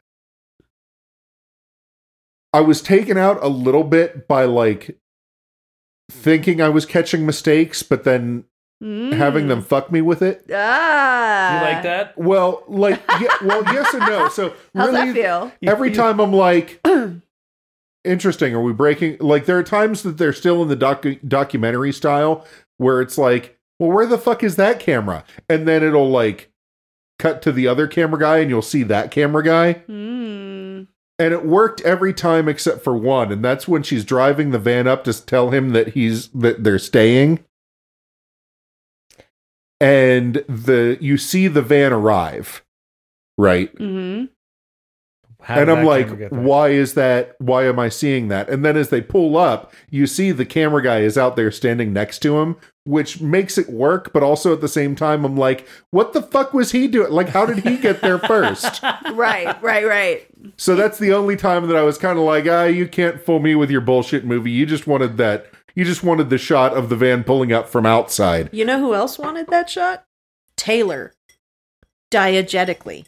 Speaker 1: I was taken out a little bit by like thinking I was catching mistakes, but then
Speaker 4: Mm.
Speaker 1: having them fuck me with it.
Speaker 4: Ah,
Speaker 5: Uh,
Speaker 3: you like that?
Speaker 1: Well, like, yeah, well, yes and no. So
Speaker 4: How's
Speaker 1: really,
Speaker 4: that feel?
Speaker 1: every time I'm like, interesting. Are we breaking? Like, there are times that they're still in the docu- documentary style where it's like, well, where the fuck is that camera? And then it'll like cut to the other camera guy and you'll see that camera guy.
Speaker 4: Mm.
Speaker 1: And it worked every time except for one. And that's when she's driving the van up to tell him that he's, that they're staying. And the, you see the van arrive, right?
Speaker 4: Mm-hmm.
Speaker 3: How
Speaker 1: and
Speaker 3: did
Speaker 1: I'm
Speaker 3: that
Speaker 1: like,
Speaker 3: camera get there?
Speaker 1: why is that? Why am I seeing that? And then as they pull up, you see the camera guy is out there standing next to him, which makes it work. But also at the same time, I'm like, what the fuck was he doing? Like, how did he get there first?
Speaker 4: Right, right, right.
Speaker 1: so that's the only time that I was kind of like, ah, you can't fool me with your bullshit movie. You just wanted that. You just wanted the shot of the van pulling up from outside.
Speaker 5: you know who else wanted that shot? Taylor, diegetically.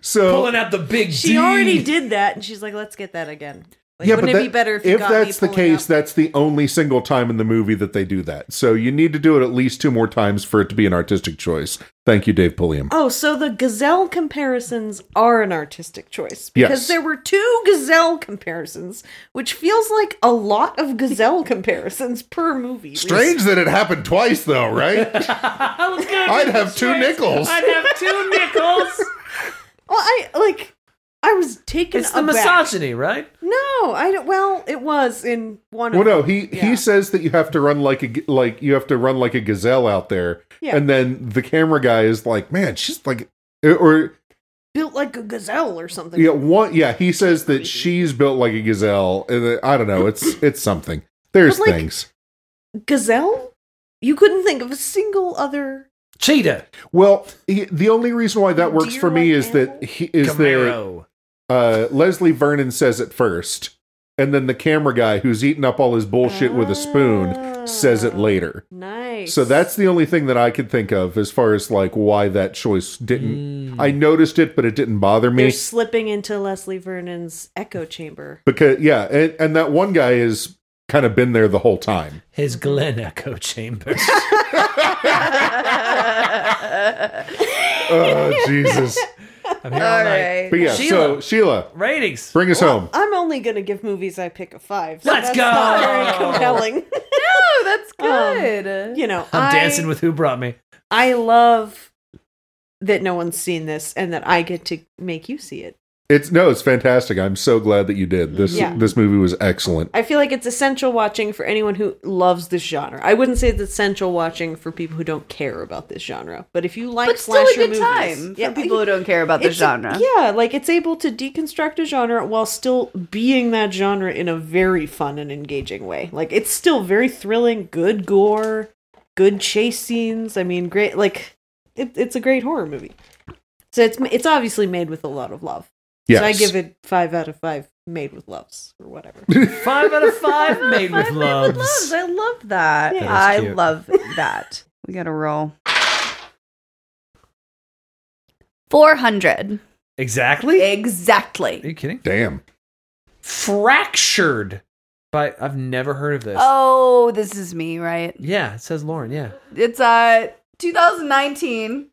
Speaker 1: So
Speaker 3: Pulling out the big
Speaker 5: She
Speaker 3: D.
Speaker 5: already did that, and she's like, "Let's get that again." Like, wouldn't it
Speaker 1: that-
Speaker 5: be better if, you got
Speaker 1: that's
Speaker 5: me
Speaker 1: the
Speaker 5: pulling
Speaker 1: case?
Speaker 5: up-
Speaker 1: That's the only single time in the movie that they do that. So you need to do it at least two more times for it to be an artistic choice. Thank you, Dave Pulliam.
Speaker 5: Oh, so the gazelle comparisons are an artistic choice because
Speaker 1: Yes.
Speaker 5: there were two gazelle comparisons, which feels like a lot of gazelle comparisons per movie.
Speaker 1: Strange that it happened twice, though, right?
Speaker 3: Oh, Let's go.
Speaker 1: I'd have two nickels.
Speaker 3: I'd have two nickels.
Speaker 5: Well, I like I was taken
Speaker 3: It's the
Speaker 5: aback.
Speaker 3: misogyny, right?
Speaker 5: No, I don't. Well, it was in one.
Speaker 1: Well,
Speaker 5: of
Speaker 1: no, he
Speaker 5: Yeah.
Speaker 1: he says that you have to run like a g- like you have to run like a gazelle out there,
Speaker 5: Yeah.
Speaker 1: and then the camera guy is like, "Man, she's like," or
Speaker 5: built like a gazelle or something.
Speaker 1: yeah, one yeah, he says that she's built like a gazelle, and then- I don't know, it's it's something. There's
Speaker 5: But, like-
Speaker 1: things.
Speaker 5: Gazelle? You couldn't think of a single other.
Speaker 3: Cheetah,
Speaker 1: Well, he, the only reason why that works for me
Speaker 5: Deer-like
Speaker 1: is that
Speaker 5: animal?
Speaker 1: he is there.
Speaker 3: Camaro.
Speaker 1: uh, Leslie Vernon says it first, and then the camera guy who's eaten up all his bullshit with a spoon says it
Speaker 5: Ah,
Speaker 1: later.
Speaker 5: Nice.
Speaker 1: So that's the only thing that I could think of as far as like why that choice didn't.
Speaker 3: Mm.
Speaker 1: I noticed it, but it didn't bother
Speaker 5: They're
Speaker 1: me
Speaker 5: slipping into Leslie Vernon's echo chamber.
Speaker 1: because yeah, and, and that one guy has kind of been there the whole time.
Speaker 3: His Glen Echo Chamber.
Speaker 1: Oh Jesus!
Speaker 3: I'm here all
Speaker 4: All
Speaker 3: night.
Speaker 4: right.
Speaker 1: But yeah, so
Speaker 3: Sheila.
Speaker 1: Sheila,
Speaker 3: Ratings.
Speaker 1: bring us
Speaker 5: Well,
Speaker 1: home.
Speaker 5: I'm only going to give movies I pick a five. so
Speaker 3: Let's
Speaker 5: that's
Speaker 3: go!
Speaker 5: Not very compelling.
Speaker 4: Oh, that's
Speaker 5: Um,
Speaker 4: good.
Speaker 5: you know,
Speaker 3: I'm
Speaker 5: I-
Speaker 3: dancing with Who Brought Me.
Speaker 5: I love that no one's seen this and that I get to make you see it.
Speaker 1: It's no, it's fantastic. I'm so glad that you did this.
Speaker 5: Yeah.
Speaker 1: This movie was excellent.
Speaker 5: I feel like it's essential watching for anyone who loves this genre. I wouldn't say it's essential watching for people who don't care about this genre, but if you like
Speaker 4: but still
Speaker 5: slasher
Speaker 4: a good
Speaker 5: movies,
Speaker 4: time
Speaker 5: yeah,
Speaker 4: for people who don't care about the
Speaker 5: it's a-
Speaker 4: genre.
Speaker 5: yeah, like it's able to deconstruct a genre while still being that genre in a very fun and engaging way. Like it's still very thrilling, good gore, good chase scenes. I mean, great. Like it, it's a great horror movie. So it's it's obviously made with a lot of love.
Speaker 1: Yes.
Speaker 5: So I give it five out of five made with loves or whatever.
Speaker 3: Five out of five made with
Speaker 4: Five Made
Speaker 3: loves.
Speaker 4: with Loves. I love that.
Speaker 5: Yeah. That
Speaker 3: was
Speaker 4: I
Speaker 3: cute.
Speaker 4: love that. We gotta roll. Four hundred.
Speaker 3: Exactly. Are
Speaker 4: Exactly.
Speaker 3: you kidding?
Speaker 1: Damn.
Speaker 3: Fractured. By I've never heard of this.
Speaker 4: Oh, this is me, right?
Speaker 3: Yeah, it says Lauren. Yeah.
Speaker 4: It's uh 2019.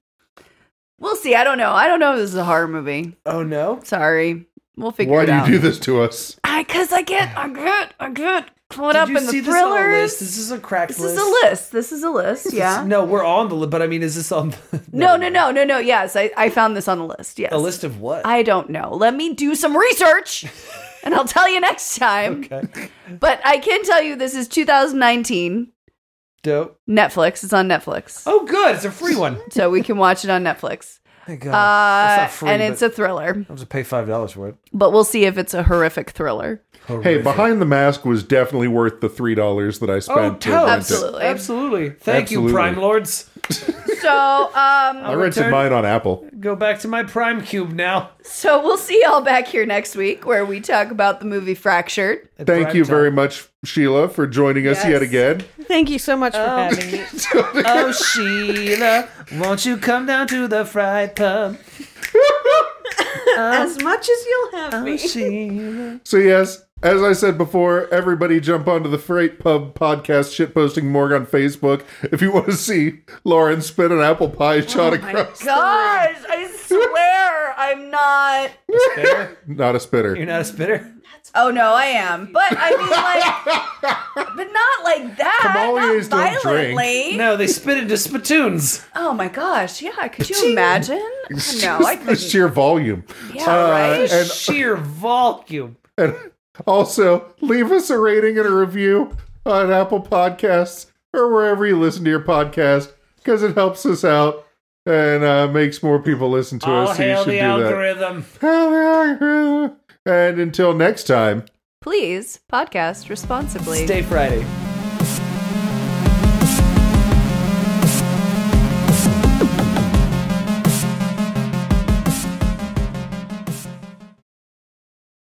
Speaker 4: We'll see. I don't know. I don't know if this is a horror movie.
Speaker 3: Oh no.
Speaker 4: Sorry. We'll figure
Speaker 1: Why
Speaker 4: it
Speaker 1: do
Speaker 4: out.
Speaker 1: you do this to us?
Speaker 4: I cuz I get I get I get caught
Speaker 3: Did
Speaker 4: up
Speaker 3: you
Speaker 4: in
Speaker 3: see
Speaker 4: the
Speaker 3: this on a list?
Speaker 4: thrillers.
Speaker 3: This is a cracked
Speaker 4: This
Speaker 3: list.
Speaker 4: is a list. This is a list.
Speaker 3: This-
Speaker 4: Yeah.
Speaker 3: No, we're on the list, but I mean, is this on? The-
Speaker 4: No, no, no, no, no. Yes, I, I found this on the list. Yes.
Speaker 3: A list of what?
Speaker 4: I don't know. Let me do some research and I'll tell you next time.
Speaker 3: okay.
Speaker 4: But I can tell you this is 2019
Speaker 3: Dope.
Speaker 4: Netflix. It's on Netflix.
Speaker 3: Oh, good. It's a free one.
Speaker 4: So we can watch it on Netflix.
Speaker 3: Thank
Speaker 4: Uh,
Speaker 3: God. That's not free,
Speaker 4: and it's
Speaker 3: but
Speaker 4: a thriller.
Speaker 3: I'll just pay five dollars for it.
Speaker 4: But we'll see if it's a horrific thriller.
Speaker 1: Hey,
Speaker 3: Horrific.
Speaker 1: behind the mask was definitely worth the three dollars that I
Speaker 3: Oh,
Speaker 1: spent. to
Speaker 3: totes.
Speaker 1: rent it.
Speaker 4: Absolutely.
Speaker 3: Absolutely. Thank
Speaker 1: Absolutely.
Speaker 3: you, Prime Lords.
Speaker 4: So
Speaker 1: I
Speaker 4: um
Speaker 1: rented
Speaker 3: Return-
Speaker 1: mine on Apple.
Speaker 3: Go back to my Prime Cube now.
Speaker 4: so we'll see y'all back here next week where we talk about the movie Fractured.
Speaker 3: At
Speaker 1: Thank
Speaker 3: prime
Speaker 1: you
Speaker 3: time.
Speaker 1: very much, Sheila, for joining us
Speaker 4: Yes.
Speaker 1: yet again.
Speaker 5: Thank you so much for having me.
Speaker 3: Oh, Sheila, won't you come down to the fry pub?
Speaker 5: as much as you'll have
Speaker 3: Oh,
Speaker 5: me.
Speaker 3: Sheila.
Speaker 1: So yes, as I said before, everybody jump onto the Freight Pub podcast shitposting morgue on Facebook if you want to see Lauren spin an apple pie shot across.
Speaker 4: Gosh, I swear I'm not
Speaker 3: Spitter?
Speaker 1: Not a
Speaker 3: You're
Speaker 1: spitter.
Speaker 3: not a spitter?
Speaker 4: Oh no, I am. But I mean like but not like that.
Speaker 1: Tamales
Speaker 4: not
Speaker 1: don't drink.
Speaker 4: violently.
Speaker 3: No, they spit into spittoons.
Speaker 4: Oh my gosh, yeah, could you imagine? No, I
Speaker 1: Just the
Speaker 4: couldn't.
Speaker 1: sheer volume.
Speaker 4: Yeah,
Speaker 1: Uh,
Speaker 4: right.
Speaker 1: and-
Speaker 3: Sheer volume.
Speaker 1: Also, leave us a rating and a review on Apple Podcasts or wherever you listen to your podcast because it helps us out and uh, makes more people listen to
Speaker 3: All
Speaker 1: us. So you
Speaker 3: hail
Speaker 1: should
Speaker 3: Oh, the
Speaker 1: do that.
Speaker 3: algorithm.
Speaker 1: Hail the algorithm. And until next time.
Speaker 4: Please podcast responsibly.
Speaker 3: Stay Friday.